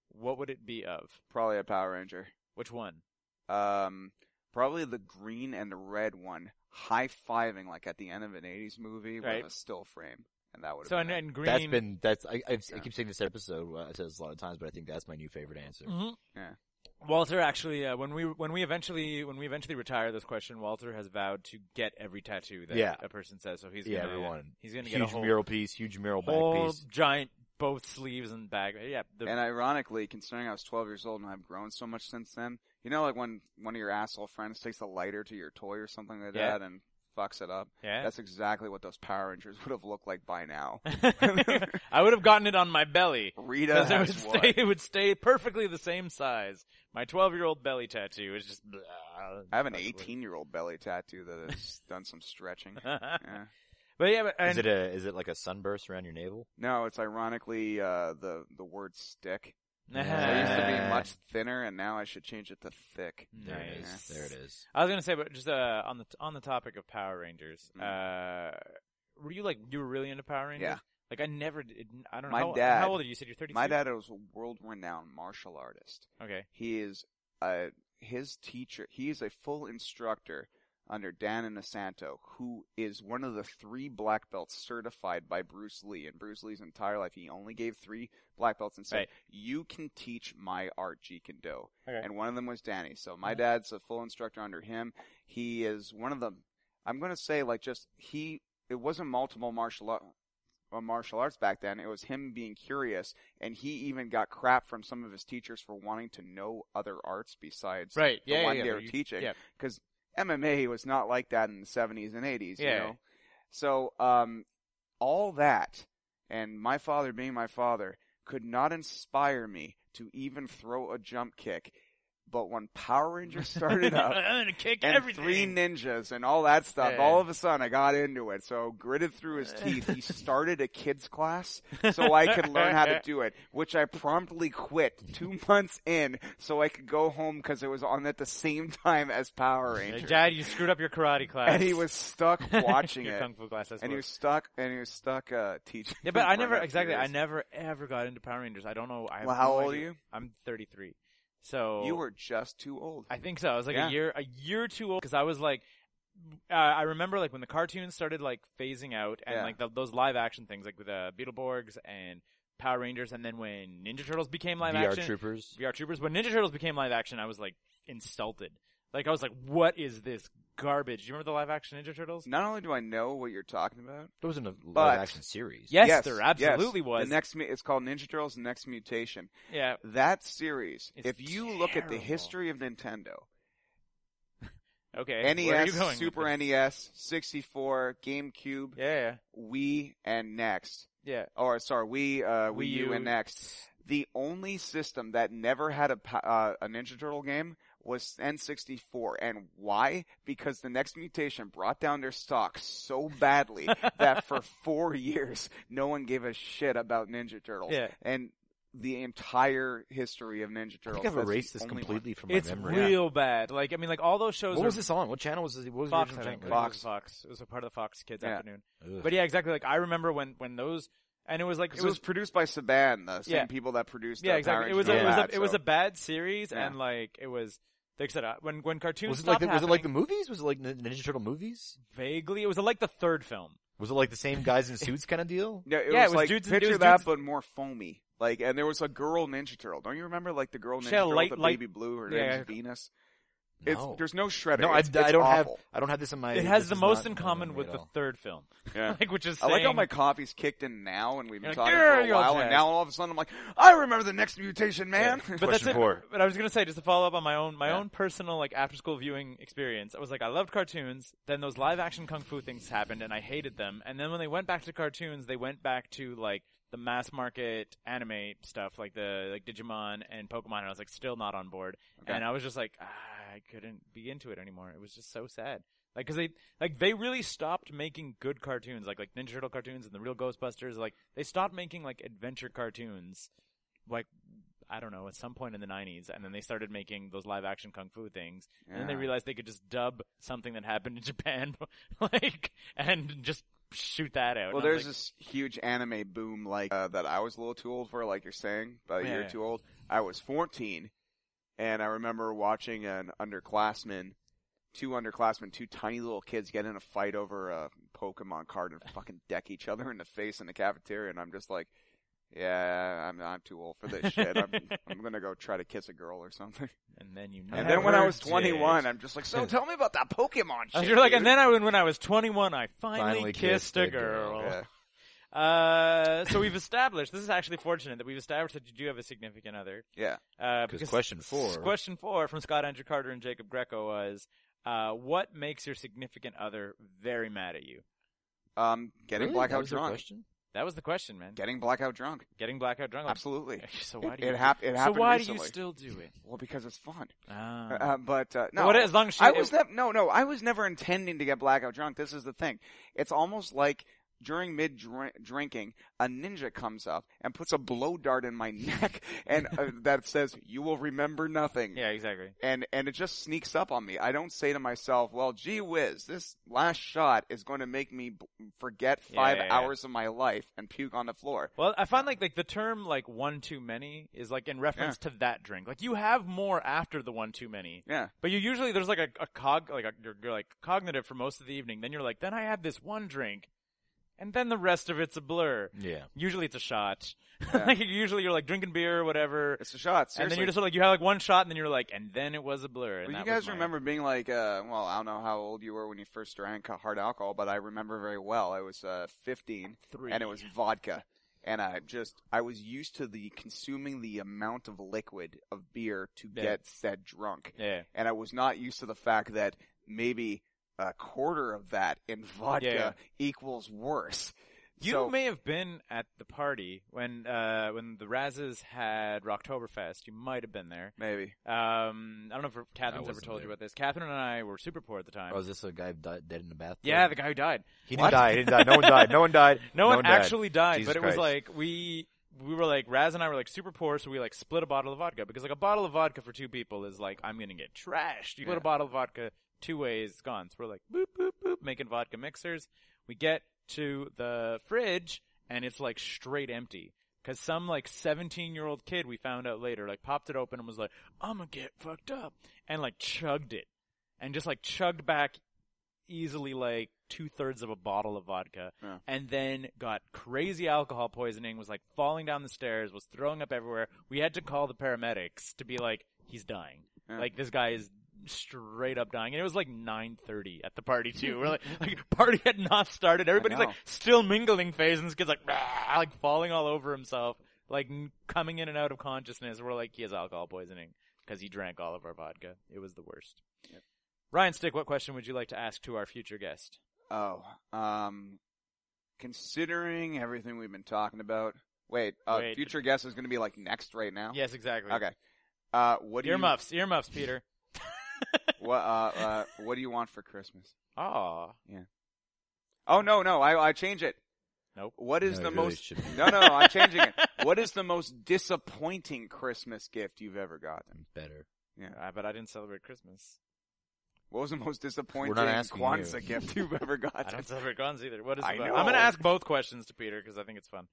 Speaker 3: what would it be of?
Speaker 4: Probably a Power Ranger.
Speaker 3: Which one?
Speaker 4: Um, probably the green and the red one, high fiving like at the end of an '80s movie
Speaker 3: Right.
Speaker 4: with a still frame, and that would.
Speaker 3: So
Speaker 4: been
Speaker 3: in,
Speaker 4: it.
Speaker 3: in green.
Speaker 2: That's been that's I I've, I
Speaker 4: Yeah.
Speaker 2: keep saying this episode. uh, I said this a lot of times, but I think that's my new favorite answer.
Speaker 3: Mhm.
Speaker 4: Yeah.
Speaker 3: Walter actually, uh, when we when we eventually when we eventually retire this question, Walter has vowed to get every tattoo that
Speaker 2: Yeah.
Speaker 3: a person says. So he's
Speaker 2: yeah,
Speaker 3: gonna,
Speaker 2: everyone.
Speaker 3: He's gonna
Speaker 2: huge
Speaker 3: get a whole,
Speaker 2: mural piece, huge mural back
Speaker 3: whole
Speaker 2: piece.
Speaker 3: giant both sleeves and back. Yeah, the,
Speaker 4: And ironically, considering I was 12 years old and I've grown so much since then, you know, like when one of your asshole friends takes a lighter to your toy or something like
Speaker 3: Yeah.
Speaker 4: that and fucks it up.
Speaker 3: yeah.
Speaker 4: That's exactly what those Power Rangers would have looked like by now.
Speaker 3: I would have gotten it on my belly.
Speaker 4: Rita
Speaker 3: Because it would
Speaker 4: has what?
Speaker 3: stay, it would stay perfectly the same size. My 12 year old belly tattoo is just. Blah,
Speaker 4: I have an 18 year old belly tattoo that has done some stretching. Yeah.
Speaker 3: but yeah, but, and
Speaker 2: Is it a is it like a sunburst around your navel?
Speaker 4: No, it's ironically uh, the the word stick.
Speaker 3: Nah.
Speaker 4: So it used to be
Speaker 2: Ah.
Speaker 4: much thinner, and now I should change it to thick.
Speaker 2: There it
Speaker 3: Nice.
Speaker 2: is. There it is.
Speaker 3: I was gonna say, but just uh, on the on the topic of Power Rangers, uh, were you like you were really into Power Rangers?
Speaker 4: Mm-hmm. Yeah.
Speaker 3: Like I never did. I don't know.
Speaker 4: My
Speaker 3: how,
Speaker 4: dad-
Speaker 3: How old are you? You said you're 32.
Speaker 4: My dad was a world-renowned martial artist.
Speaker 3: Okay.
Speaker 4: He is uh his teacher. He is a full instructor under Dan Inosanto, who is one of the three black belts certified by Bruce Lee. In Bruce Lee's entire life, he only gave three black belts and said,
Speaker 3: Right.
Speaker 4: "You can teach my art, Jeet Kune Do."
Speaker 3: Okay.
Speaker 4: And one of them was Danny. So my dad's a full instructor under him. He is one of the. I'm going to say like just he. It wasn't multiple martial art. uh, martial arts back then, it was him being curious, and he even got crap from some of his teachers for wanting to know other arts besides
Speaker 3: Right.
Speaker 4: the
Speaker 3: Yeah. yeah,
Speaker 4: one
Speaker 3: yeah,
Speaker 4: they
Speaker 3: but
Speaker 4: were
Speaker 3: you-
Speaker 4: teaching.
Speaker 3: Yeah.
Speaker 4: Because MMA was not like that in the 70s and 80s, you
Speaker 3: Yeah.
Speaker 4: know? So, um, all that, and my father being my father, could not inspire me to even throw a jump kick. But when Power Rangers started up,
Speaker 3: I'm gonna kick
Speaker 4: and
Speaker 3: everything.
Speaker 4: three ninjas and all that stuff.
Speaker 3: Yeah.
Speaker 4: All of a sudden, I got into it. So gritted through his teeth, he started a kids class so I could learn how to do it, which I promptly quit two months in so I could go home because it was on at the same time as Power
Speaker 3: Hey,
Speaker 4: Rangers.
Speaker 3: Dad, you screwed up your karate class.
Speaker 4: And he was stuck watching
Speaker 3: your
Speaker 4: it,
Speaker 3: kung fu class. That's
Speaker 4: and he
Speaker 3: what-
Speaker 4: was stuck, and he was stuck uh, teaching.
Speaker 3: Yeah, but I
Speaker 4: for
Speaker 3: never
Speaker 4: about
Speaker 3: exactly. I
Speaker 4: years.
Speaker 3: never ever got into Power Rangers. I don't know. I have
Speaker 4: Well, how
Speaker 3: no
Speaker 4: old
Speaker 3: idea.
Speaker 4: are you?
Speaker 3: I'm 33. So
Speaker 4: You were just too old.
Speaker 3: I think so. I was like
Speaker 4: Yeah.
Speaker 3: a year, a year too old because I was like, uh, I remember like when the cartoons started like phasing out and
Speaker 4: Yeah.
Speaker 3: like the, those live action things like with uh, Beetleborgs and Power Rangers, and then when Ninja Turtles became live
Speaker 5: VR
Speaker 3: action,
Speaker 5: Troopers.
Speaker 3: VR Troopers. When Ninja Turtles became live action, I was like insulted. Like I was like, what is this garbage? You remember the live action Ninja Turtles?
Speaker 4: Not only do I know what you're talking about,
Speaker 5: There wasn't a live
Speaker 4: But-
Speaker 5: action series.
Speaker 3: Yes,
Speaker 4: yes
Speaker 3: there
Speaker 4: yes.
Speaker 3: absolutely was.
Speaker 4: The next, mu- it's called Ninja Turtles: The Next Mutation.
Speaker 3: yeah,
Speaker 4: that series,
Speaker 3: It's
Speaker 4: if you look at the
Speaker 3: terrible.
Speaker 4: history of Nintendo,
Speaker 3: okay. Where are you going
Speaker 4: NES,
Speaker 3: with
Speaker 4: E Super
Speaker 3: this?
Speaker 4: NES, 64, GameCube,
Speaker 3: Yeah, yeah,
Speaker 4: Wii, and Next.
Speaker 3: yeah.
Speaker 4: Or sorry, Wii, uh, Wii,
Speaker 3: Wii
Speaker 4: U,
Speaker 3: U.
Speaker 4: and Next. The only system that never had a pa- uh, a Ninja Turtle game was N64, and why? Because the Next Mutation brought down their stock so badly that for four years no one gave a shit about Ninja Turtles.
Speaker 3: Yeah.
Speaker 4: And the entire history of Ninja
Speaker 5: I
Speaker 4: Turtles.
Speaker 5: think I've
Speaker 4: that's the
Speaker 5: erased this
Speaker 4: only one.
Speaker 5: completely from my
Speaker 3: It's
Speaker 5: memory.
Speaker 3: real bad. Like I mean, like all those shows
Speaker 5: What
Speaker 3: are
Speaker 5: was this on? What channel was this? What was the
Speaker 3: Fox. I
Speaker 5: original
Speaker 3: think
Speaker 5: channel?
Speaker 3: It was Fox. It was a part of the Fox Kids
Speaker 4: Yeah.
Speaker 3: afternoon.
Speaker 5: Ugh.
Speaker 3: But yeah, exactly. Like I remember when when those and it was like
Speaker 4: Because it was produced by Saban, the same
Speaker 3: Yeah.
Speaker 4: people that produced.
Speaker 3: yeah
Speaker 4: uh,
Speaker 3: exactly.
Speaker 4: Power
Speaker 3: It was a,
Speaker 4: Rangers
Speaker 3: it
Speaker 4: and
Speaker 3: was
Speaker 4: all
Speaker 3: a, it was
Speaker 4: that,
Speaker 3: a bad series
Speaker 4: Yeah.
Speaker 3: and like it was like I said uh, when when cartoons
Speaker 5: Was it like
Speaker 3: stopped
Speaker 5: the, was it like the
Speaker 3: happening,
Speaker 5: movies? Was it like the Ninja Turtle movies?
Speaker 3: vaguely it was like the third film.
Speaker 5: Was it like the same guys in suits kind of deal?
Speaker 4: so. No, it
Speaker 3: yeah, it
Speaker 4: was
Speaker 3: was
Speaker 4: like
Speaker 3: dudes and- it
Speaker 4: picture
Speaker 3: was
Speaker 4: that,
Speaker 3: dudes-
Speaker 4: but more foamy. Like, and there was a girl Ninja Turtle. Don't you remember, like the girl Ninja
Speaker 3: She had a
Speaker 4: Turtle,
Speaker 3: light-
Speaker 4: the
Speaker 3: light-
Speaker 4: baby blue, her
Speaker 3: Yeah,
Speaker 4: name's
Speaker 3: yeah.
Speaker 4: Venus.
Speaker 5: No.
Speaker 4: It's, there's no shredder.
Speaker 5: no, I,
Speaker 4: it's,
Speaker 5: I
Speaker 4: it's
Speaker 5: don't have
Speaker 4: awful.
Speaker 5: I don't have this in my.
Speaker 3: it has
Speaker 5: this
Speaker 3: the
Speaker 5: is
Speaker 3: most
Speaker 5: not
Speaker 3: in
Speaker 5: my
Speaker 3: common
Speaker 5: memory
Speaker 3: with
Speaker 5: at
Speaker 3: the
Speaker 5: all.
Speaker 3: third film.
Speaker 4: Yeah.
Speaker 3: like which is
Speaker 4: I like how
Speaker 3: saying-
Speaker 4: my coffee's kicked in now, and we've been
Speaker 3: You're like,
Speaker 4: talking for
Speaker 3: "Grr,
Speaker 4: a
Speaker 3: you're
Speaker 4: while,
Speaker 3: jazzed."
Speaker 4: and now all of a sudden I'm like, I remember the next mutation, man.
Speaker 3: but that's it.
Speaker 5: four.
Speaker 3: But I was gonna say just to follow up on my own my
Speaker 4: Yeah.
Speaker 3: own personal like after school viewing experience. I was like I loved cartoons. Then those live action kung fu things happened and I hated them. And then when they went back to cartoons, they went back to like the mass market anime stuff like the like Digimon and Pokemon. And I was like still not on board.
Speaker 4: Okay.
Speaker 3: And I was just like ah, I couldn't be into it anymore. It was just so sad. Like, cause they, like, they really stopped making good cartoons, like, like Ninja Turtle cartoons and the real Ghostbusters, like, they stopped making, like, adventure cartoons, like, I don't know, at some point in the 90s, and then they started making those live action kung fu things, and then they
Speaker 4: Yeah.
Speaker 3: realized they could just dub something that happened in Japan, like, and just shoot that out.
Speaker 4: Well,
Speaker 3: And I
Speaker 4: there's
Speaker 3: was like,
Speaker 4: this huge anime boom, like uh, that. I was a little too old for, like you're saying, about a
Speaker 3: Yeah,
Speaker 4: year
Speaker 3: yeah.
Speaker 4: too old. I was 14, and I remember watching an underclassman, two underclassmen, two tiny little kids get in a fight over a Pokemon card and fucking deck each other in the face in the cafeteria, and I'm just like, yeah, I'm I'm too old for this shit. I'm I'm gonna go try to kiss a girl or something.
Speaker 3: and then you
Speaker 4: And then when I
Speaker 3: never
Speaker 4: was
Speaker 3: did.
Speaker 4: 21, I'm just like, so tell me about that Pokemon
Speaker 3: I
Speaker 4: shit.
Speaker 3: was you're like,
Speaker 4: dude."
Speaker 3: and then I, when, when I was 21, I finally,
Speaker 5: Finally
Speaker 3: kissed,
Speaker 5: kissed
Speaker 3: a
Speaker 5: a girl.
Speaker 3: girl.
Speaker 4: Yeah.
Speaker 3: Uh, so we've established, this is actually fortunate that we've established that you do have a significant other.
Speaker 4: yeah.
Speaker 3: Uh,
Speaker 5: Because question four.
Speaker 3: Question four from Scott Andrew Carter and Jacob Greco was, uh, what makes your significant other very mad at you?
Speaker 4: Um, getting
Speaker 5: Really? That
Speaker 4: blackout
Speaker 5: was their
Speaker 4: drunk.
Speaker 5: question?
Speaker 3: That was the question, man.
Speaker 4: Getting blackout drunk.
Speaker 3: Getting blackout drunk. like-
Speaker 4: Absolutely.
Speaker 3: So Oh, why do you?
Speaker 4: It, hap- it
Speaker 3: so
Speaker 4: happened
Speaker 3: why
Speaker 4: recently.
Speaker 3: do you still do it?
Speaker 4: well, because it's fun.
Speaker 3: Ah.
Speaker 4: Uh, but uh, no,
Speaker 3: What- as long as she-
Speaker 4: I was nev- no, no, I was never intending to get blackout drunk. This is the thing. It's almost like during mid drink- drinking, a ninja comes up and puts a blow dart in my neck, and uh, that says, "You will remember nothing."
Speaker 3: Yeah, exactly.
Speaker 4: and and it just sneaks up on me. I don't say to myself, "Well, gee whiz, this last shot is going to make me b- forget
Speaker 3: Yeah,
Speaker 4: five
Speaker 3: yeah, yeah.
Speaker 4: hours of my life and puke on the floor."
Speaker 3: Well, I find like like the term like one too many is like in reference to that drink. Like you have more after the one too many,
Speaker 4: Yeah,
Speaker 3: but you usually there's like a, a cog like a, you're, you're like cognitive for most of the evening. Then you're like, then I had this one drink, and then the rest of it's a blur.
Speaker 2: Yeah.
Speaker 3: Usually it's a shot.
Speaker 4: Yeah.
Speaker 3: like usually you're like drinking beer or whatever,
Speaker 4: it's a shot.
Speaker 3: and then
Speaker 4: seriously.
Speaker 3: you're just like you have like one shot, and then you're like, and then it was a blur. and
Speaker 4: Well, you
Speaker 3: that was
Speaker 4: guys
Speaker 3: my-
Speaker 4: remember being like, uh, well, I don't know how old you were when you first drank hard alcohol, but I remember very well. I was uh, 15,
Speaker 3: Three.
Speaker 4: and it was vodka, and I just I was used to the consuming the amount of liquid of beer to
Speaker 3: Yeah.
Speaker 4: get said drunk,
Speaker 3: yeah.
Speaker 4: and I was not used to the fact that maybe a quarter of that in vodka
Speaker 3: Yeah.
Speaker 4: equals worse.
Speaker 3: You
Speaker 4: So-
Speaker 3: may have been at the party when uh when the Razzes had Rocktoberfest. You might have been there.
Speaker 4: Maybe
Speaker 3: Um, I don't know if Catherine's ever
Speaker 2: wasn't
Speaker 3: told
Speaker 2: there.
Speaker 3: you about this. Catherine and I were super poor at the time.
Speaker 2: Oh, is this a guy who died dead in the bathroom?
Speaker 3: yeah, the guy who died.
Speaker 2: He
Speaker 3: What?
Speaker 2: didn't die. He didn't die. No one died. No one died.
Speaker 3: No, one,
Speaker 2: died.
Speaker 3: actually died,
Speaker 2: Jesus
Speaker 3: but it was
Speaker 2: Christ.
Speaker 3: like we we were like Raz and I were like super poor, so we like split a bottle of vodka because like a bottle of vodka for two people is like I'm gonna get trashed. You put
Speaker 4: Yeah.
Speaker 3: a bottle of vodka two ways, it's gone. So we're like boop boop boop making vodka mixers. We get to the fridge and it's like straight empty. Cause some like 17 year old kid we found out later like popped it open and was like, I'm gonna get fucked up. And like chugged it. And just like chugged back easily like two thirds of a bottle of vodka,
Speaker 4: Yeah.
Speaker 3: and then got crazy alcohol poisoning. Was like falling down the stairs, was throwing up everywhere. We had to call the paramedics to be like, he's dying.
Speaker 4: Yeah.
Speaker 3: Like this guy is straight up dying, and it was like nine thirty at the party too. We're like, like party had not started. Everybody's
Speaker 4: know.
Speaker 3: like still mingling phase, and this kid's like, "Rah," like falling all over himself, like n- coming in and out of consciousness. We're like, he has alcohol poisoning. Because he drank all of our vodka. It was the worst. Ryan Stick, what question would you like to ask to our future guest?
Speaker 4: Oh, um, considering everything we've been talking about. Wait, uh,
Speaker 3: Wait.
Speaker 4: future guest is going to be like next right now.
Speaker 3: Yes, exactly.
Speaker 4: Okay. Uh, what do you
Speaker 3: Earmuffs, earmuffs, Peter.
Speaker 4: What uh, uh, what do you want for Christmas?
Speaker 3: Aw.
Speaker 4: Oh no, no, I I change it.
Speaker 3: Nope.
Speaker 4: What is
Speaker 2: No,
Speaker 4: the
Speaker 2: it really
Speaker 4: most?
Speaker 2: should be.
Speaker 4: No, no, no, I'm changing it. What is the most disappointing Christmas gift you've ever gotten?
Speaker 2: better.
Speaker 3: I bet I didn't celebrate Christmas.
Speaker 4: What was the most disappointing
Speaker 2: asking you.
Speaker 4: Kwanzaa gift you've ever
Speaker 3: I
Speaker 4: gotten?
Speaker 3: don't celebrate guns either. What is
Speaker 4: I
Speaker 3: the-
Speaker 4: know.
Speaker 3: I'm going to ask both questions to Peter because I think it's fun.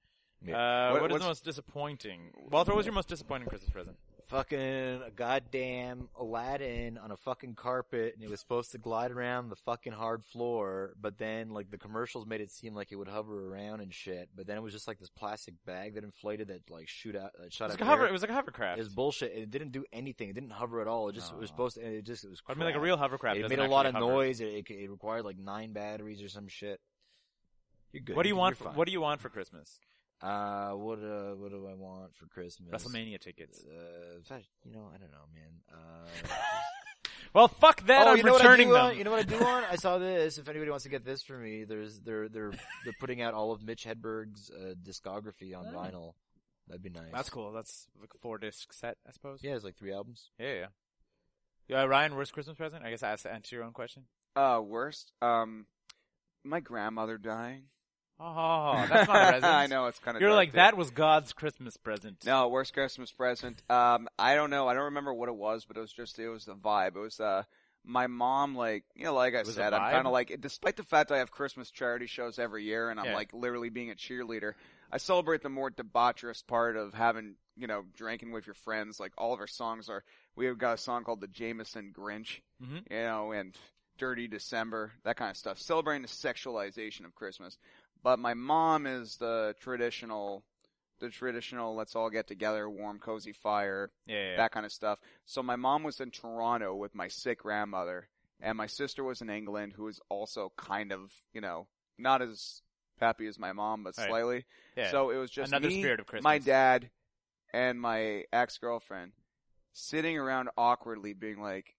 Speaker 2: Yeah.
Speaker 3: Uh, what
Speaker 4: What-
Speaker 3: is the
Speaker 4: what's-
Speaker 3: most disappointing? Walter, what was your most disappointing Christmas present?
Speaker 2: Fucking a goddamn Aladdin on a fucking carpet, and it was supposed to glide around the fucking hard floor. But then, like the commercials made it seem like it would hover around and shit. But then it was just like this plastic bag that inflated that like shoot out, that
Speaker 3: It
Speaker 2: shot
Speaker 3: was,
Speaker 2: out.
Speaker 3: like a hover,
Speaker 2: air.
Speaker 3: it was like a hovercraft.
Speaker 2: It was bullshit. It didn't do anything. It didn't hover at all. It just it was
Speaker 3: Aw.
Speaker 2: supposed to. It just it was.
Speaker 3: I
Speaker 2: Crap.
Speaker 3: mean, like a real hovercraft.
Speaker 2: It
Speaker 3: doesn't
Speaker 2: made a lot of
Speaker 3: actually hover.
Speaker 2: noise. It, it, it required like nine batteries or some shit. You're good.
Speaker 3: What do you
Speaker 2: You're
Speaker 3: want? For,
Speaker 2: fine.
Speaker 3: what do you want for Christmas?
Speaker 2: Uh, what uh, what do I want for Christmas?
Speaker 3: WrestleMania tickets.
Speaker 2: Uh, fact, you know, I don't know, man. Uh,
Speaker 3: Well, fuck that.
Speaker 2: oh,
Speaker 3: I'm
Speaker 2: you know what I do
Speaker 3: returning
Speaker 2: want?
Speaker 3: them.
Speaker 2: You know what I do want? I saw this. If anybody wants to get this for me, there's they're they're they're putting out all of Mitch Hedberg's uh, discography on vinyl. That'd be nice.
Speaker 3: That's cool. That's like a four disc set, I suppose.
Speaker 2: Yeah, it's like three albums.
Speaker 3: Yeah, yeah. Yeah, Ryan, worst Christmas present? I guess I asked to answer your own question.
Speaker 4: Uh, worst. Um, my grandmother dying.
Speaker 3: Oh, that's not a present.
Speaker 4: I know it's kind of.
Speaker 3: You're like that was God's Christmas present.
Speaker 4: No, worst Christmas present. Um, I don't know. I don't remember what it was, but it was just it was the vibe. It was uh my mom like you know like I
Speaker 3: was a
Speaker 4: said I'm
Speaker 3: vibe?
Speaker 4: kind of like despite the fact I have Christmas charity shows every year and I'm
Speaker 3: Yeah.
Speaker 4: like literally being a cheerleader. I celebrate the more debaucherous part of having you know drinking with your friends. Like all of our songs are. We have got a song called the Jameson Grinch,
Speaker 3: Mhm.
Speaker 4: you know, and Dirty December, that kind of stuff. Celebrating the sexualization of Christmas. But my mom is the traditional the traditional let's all get together, warm, cozy fire,
Speaker 3: Yeah, yeah, yeah.
Speaker 4: that kind of stuff. So my mom was in Toronto with my sick grandmother, and my sister was in England, who was also kind of, you know, not as happy as my mom, but
Speaker 3: Right.
Speaker 4: slightly.
Speaker 3: Yeah.
Speaker 4: So it was just
Speaker 3: Another
Speaker 4: me,
Speaker 3: spirit of Christmas.
Speaker 4: my dad, and my ex girlfriend sitting around awkwardly, being like,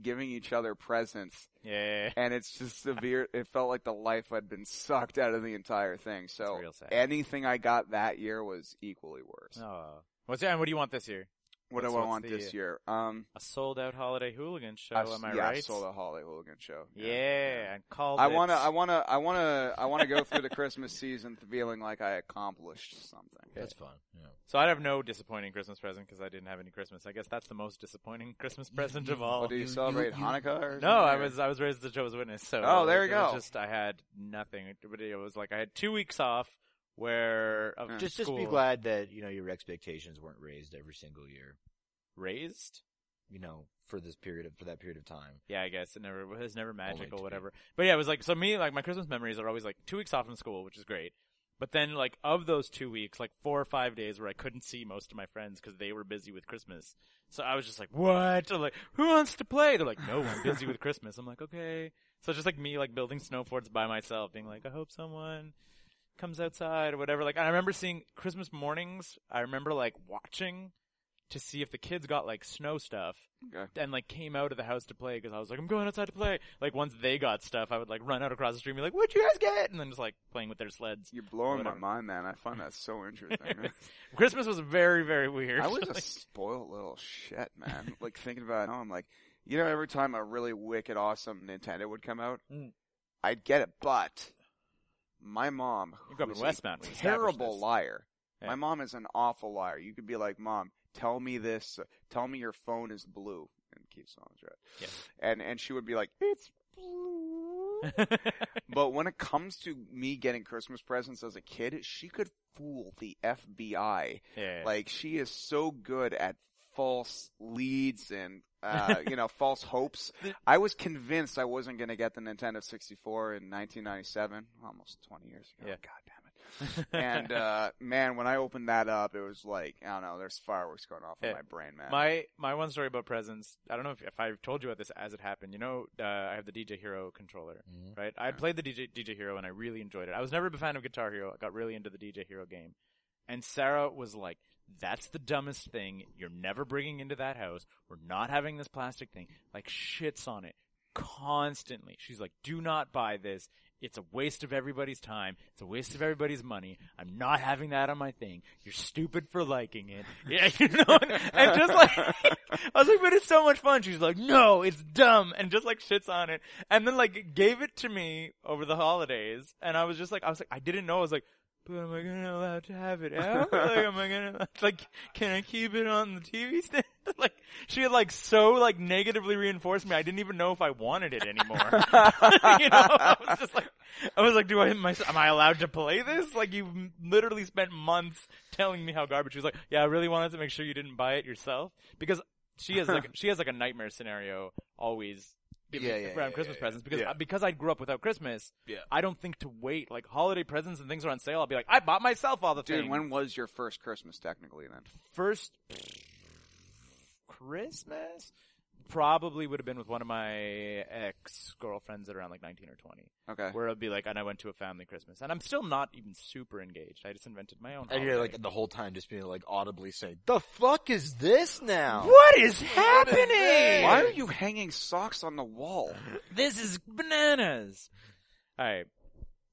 Speaker 4: giving each other presents,
Speaker 3: yeah, yeah, yeah.
Speaker 4: and it's just severe. it felt like the life had been sucked out of the entire thing. So
Speaker 3: real sad.
Speaker 4: anything I got that year was equally worse.
Speaker 3: Oh. What's and what do you want this year?
Speaker 4: What
Speaker 3: That's
Speaker 4: do I
Speaker 3: what's
Speaker 4: want
Speaker 3: the-
Speaker 4: this year? Um,
Speaker 3: A sold out holiday hooligan show,
Speaker 4: I-
Speaker 3: am I
Speaker 4: yeah,
Speaker 3: right?
Speaker 4: Sold a Holly Hooligan show.
Speaker 3: Yeah, and called
Speaker 4: I
Speaker 3: it.
Speaker 4: wanna, I wanna, I wanna, I wanna go through the Christmas season feeling like I accomplished something.
Speaker 2: That's fun. Yeah.
Speaker 3: So I have no disappointing Christmas present because I didn't have any Christmas. I guess that's the most disappointing Christmas present of all.
Speaker 4: Well, do you, celebrate Hanukkah? Or
Speaker 3: No, I
Speaker 4: something, or-
Speaker 3: was I was raised as a Jehovah's Witness, so
Speaker 4: Oh, there you
Speaker 3: it was
Speaker 4: go.
Speaker 3: Just I had nothing, but it was like I had two weeks off where of
Speaker 4: Yeah.
Speaker 2: Just, just be
Speaker 3: school.
Speaker 2: glad that you know your expectations weren't raised every single year.
Speaker 3: raised.
Speaker 2: You know, for this period of for that period of time.
Speaker 3: Yeah, I guess it never it was never magical,
Speaker 2: to be.
Speaker 3: whatever. But yeah, it was like so. Me like my Christmas memories are always like two weeks off from school, which is great. But then like of those two weeks, like four or five days where I couldn't see most of my friends because they were busy with Christmas. So I was just like, what? I'm like, who wants to play? They're like, no, I'm busy with Christmas. I'm like, okay. So it's just like me like building snow forts by myself, being like, I hope someone comes outside or whatever. Like I remember seeing Christmas mornings. I remember like watching to see if the kids got like snow stuff
Speaker 4: Okay.
Speaker 3: and like came out of the house to play because I was like, I'm going outside to play. Like once they got stuff, I would like run out across the street and be like, what'd you guys get? And then just like playing with their sleds.
Speaker 4: You're blowing
Speaker 3: Whatever.
Speaker 4: my mind, man. I find that so interesting.
Speaker 3: Christmas was very, very weird.
Speaker 4: I was a
Speaker 3: Like,
Speaker 4: spoiled little shit, man. Like thinking about it now, I'm like, you know, every time a really wicked, awesome Nintendo would come out,
Speaker 3: Mm.
Speaker 4: I'd get it, but my mom,
Speaker 3: You grew up in
Speaker 4: who's a
Speaker 3: Westmount, we established
Speaker 4: terrible
Speaker 3: this.
Speaker 4: liar.
Speaker 3: Yeah.
Speaker 4: My mom is an awful liar. You could be like, mom, tell me this, tell me your phone is blue, and keep on right.
Speaker 3: Yeah.
Speaker 4: And and she would be like, it's blue. But when it comes to me getting Christmas presents as a kid, she could fool the FBI.
Speaker 3: yeah.
Speaker 4: Like she is so good at false leads and uh, you know false hopes. I was convinced I wasn't going to get the Nintendo 64 in 1997, almost 20 years ago.
Speaker 3: Yeah.
Speaker 4: God damn it. And uh, man, when I opened that up, it was like I don't know. There's fireworks going off in
Speaker 3: Yeah.
Speaker 4: my brain, man.
Speaker 3: my my one story about presents. I don't know if, if I've told you about this as it happened. You know, uh, I have the DJ Hero controller,
Speaker 2: Mhm.
Speaker 3: right? I played the DJ DJ Hero and I really enjoyed it. I was never a fan of Guitar Hero. I got really into the DJ Hero game, and Sarah was like, "That's the dumbest thing. You're never bringing into that house. We're not having this plastic thing." Like shits on it constantly. She's like, "Do not buy this. It's a waste of everybody's time. It's a waste of everybody's money. I'm not having that on my thing. You're stupid for liking it." Yeah, you know, and, and just like I was like, "But it's so much fun." She's like, "No, it's dumb," and just like shits on it, and then like gave it to me over the holidays, and I was just like, I was like, I didn't know. I was like. But am I gonna allow to have it out? like, am I gonna like? Can I keep it on the TV stand? like, she had like so like negatively reinforced me. I didn't even know if I wanted it anymore. you know, I was just like, I was like, do I am, I am I allowed to play this? Like, you m- literally spent months telling me how garbage. She was like, yeah, I really wanted to make sure you didn't buy it yourself because she has like she has like a nightmare scenario always. Around
Speaker 2: Yeah, yeah, yeah,
Speaker 3: Christmas
Speaker 2: yeah, yeah.
Speaker 3: presents because
Speaker 2: Yeah.
Speaker 3: because I grew up without Christmas.
Speaker 2: Yeah.
Speaker 3: I don't think to wait like holiday presents and things are on sale. I'll be like, I bought myself all the
Speaker 4: Dude,
Speaker 3: things.
Speaker 4: when was your first Christmas technically then?
Speaker 3: first Christmas probably would have been with one of my ex girlfriends at around like 19 or 20
Speaker 4: Okay.
Speaker 3: where it'd be like and I went to a family Christmas and I'm still not even super engaged I just invented my own
Speaker 2: And you're
Speaker 3: holiday.
Speaker 2: like the whole time just being like audibly saying, "The fuck is this now?"
Speaker 3: what is happening
Speaker 4: Why are you hanging socks on the wall?
Speaker 3: this is bananas all right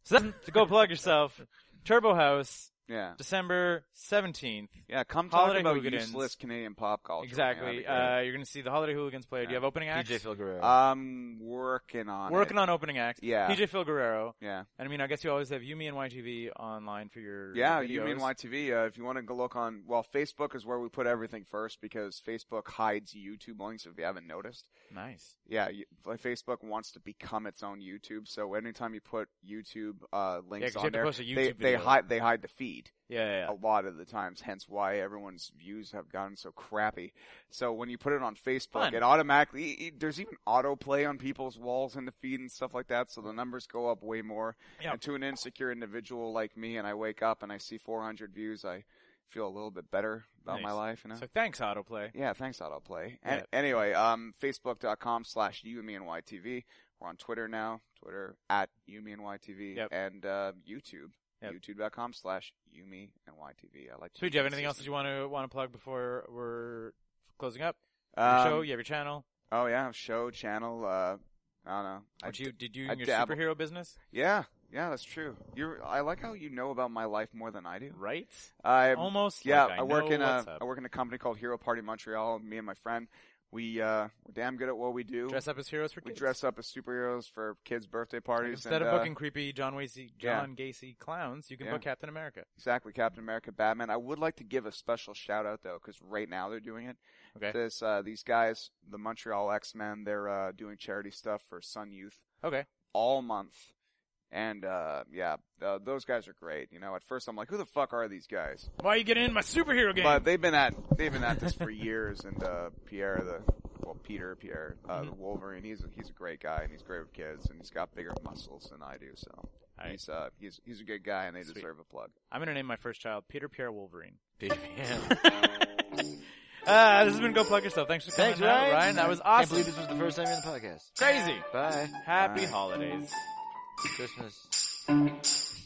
Speaker 3: so that's to go plug yourself Turbo House
Speaker 4: Yeah.
Speaker 3: December 17th
Speaker 4: Yeah, come talk
Speaker 3: Holiday
Speaker 4: about
Speaker 3: hooligans.
Speaker 4: useless Canadian pop culture.
Speaker 3: exactly uh,
Speaker 4: man.
Speaker 3: you're gonna see the Holiday Hooligans play do you
Speaker 4: Yeah.
Speaker 3: have opening acts
Speaker 2: PJ Phil Guerrero.
Speaker 4: I'm working on
Speaker 3: working
Speaker 4: it.
Speaker 3: on opening acts
Speaker 4: Yeah.
Speaker 3: PJ Phil Guerrero
Speaker 4: Yeah,
Speaker 3: And I mean, I guess you always have Yumi and YTV online for your
Speaker 4: yeah.
Speaker 3: Videos.
Speaker 4: You mean YTV? Uh, if you want to go look on, well, Facebook is where we put everything first because Facebook hides YouTube links. If you haven't noticed,
Speaker 3: Nice.
Speaker 4: yeah, you, like Facebook wants to become its own YouTube. So anytime you put YouTube uh, links
Speaker 3: 'cause you
Speaker 4: on
Speaker 3: have to
Speaker 4: there,
Speaker 3: post a
Speaker 4: they,
Speaker 3: YouTube
Speaker 4: they
Speaker 3: video.
Speaker 4: hide they hide the feed.
Speaker 3: Yeah, yeah. yeah.
Speaker 4: a lot of the times, hence why everyone's views have gotten so crappy. So when you put it on Facebook,
Speaker 3: Fun.
Speaker 4: it automatically, e- e- there's even autoplay on people's walls in the feed and stuff like that, so the numbers go up way more.
Speaker 3: Yeah.
Speaker 4: And to an insecure individual like me, and I wake up and I see 400 views, I feel a little bit better about my
Speaker 3: Nice.
Speaker 4: life, you know?
Speaker 3: So thanks, autoplay.
Speaker 4: yeah, thanks, autoplay. And anyway, um, facebook.com slash E you and me and YTV. We're on Twitter now, Twitter at E you, me, and YTV,
Speaker 3: Yep.
Speaker 4: and uh, YouTube.
Speaker 3: Yep.
Speaker 4: YouTube.com slash E you, me, and YTV. I like to
Speaker 3: Sweet. Do you have anything else that you want to want to plug before we're closing up? Your
Speaker 4: Um,
Speaker 3: show. You have your channel.
Speaker 4: Oh yeah, show channel. Uh, I don't know. I
Speaker 3: What you did you
Speaker 4: I
Speaker 3: in your
Speaker 4: dabble.
Speaker 3: superhero business?
Speaker 4: yeah, Yeah, that's true. You're. I like how you know about my life more than I do.
Speaker 3: right?
Speaker 4: I
Speaker 3: Almost.
Speaker 4: Yeah,
Speaker 3: like
Speaker 4: I, work
Speaker 3: know
Speaker 4: in a
Speaker 3: what's up.
Speaker 4: I work in a company called Hero Party Montreal. Me and my friend, we uh, we're damn good at what we do.
Speaker 3: dress up as heroes for
Speaker 4: we
Speaker 3: kids.
Speaker 4: dress up as superheroes for kids' birthday parties.
Speaker 3: Instead
Speaker 4: and,
Speaker 3: of
Speaker 4: uh,
Speaker 3: booking creepy John Wasey,
Speaker 4: yeah.
Speaker 3: John Gacy clowns, you can
Speaker 4: Yeah.
Speaker 3: book Captain America.
Speaker 4: exactly Captain America, Batman. I would like to give a special shout out though, because right now they're doing it.
Speaker 3: Okay.
Speaker 4: This uh, these guys, the Montreal X Men, they're uh, doing charity stuff for Sun Youth
Speaker 3: Okay.
Speaker 4: all month. And uh, yeah, uh, those guys are great. You know, at first I'm like, who the fuck are these guys?
Speaker 3: Why are you getting in my superhero game?
Speaker 4: But they've been at they've been at this for years, and uh, Pierre the well Peter Pierre uh,
Speaker 3: Mm-hmm.
Speaker 4: the Wolverine he's a, he's a great guy and he's great with kids and he's got bigger muscles than I do, so
Speaker 3: Alright.
Speaker 4: he's uh he's he's a good guy and they
Speaker 3: Sweet.
Speaker 4: deserve a plug.
Speaker 3: I'm gonna name my first child Peter Pierre Wolverine.
Speaker 2: Thanks,
Speaker 3: Ah, this has been Go Plug Yourself. Thanks for coming out,
Speaker 2: Ryan.
Speaker 3: Ryan. That was
Speaker 2: I can't
Speaker 3: awesome.
Speaker 2: believe this was the first time you're in the podcast.
Speaker 3: Crazy.
Speaker 2: Bye.
Speaker 3: Happy
Speaker 4: Bye.
Speaker 3: holidays.
Speaker 2: Christmas.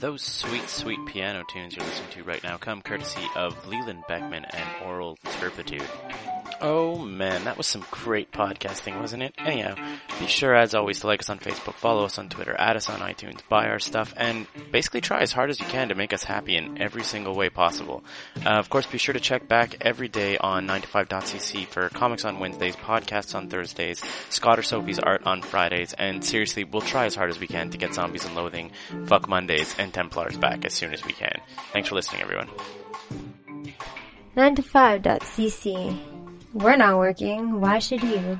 Speaker 6: Those sweet, sweet piano tunes you're listening to right now come courtesy of Leland Beckman and Oral Turpitude. Oh man, that was some great podcasting, wasn't it? Anyhow, be sure as always to like us on Facebook, follow us on Twitter, add us on iTunes, buy our stuff, and basically try as hard as you can to make us happy in every single way possible. Uh, of course, be sure to check back every day on 9to5.cc for comics on Wednesdays, podcasts on Thursdays, Scott or Sophie's art on Fridays, and seriously, we'll try as hard as we can to get Zombies and Loathing, Fuck Mondays, and Templars back as soon as we can. Thanks for listening, everyone.
Speaker 7: 9to5.cc. We're not working. Why should you?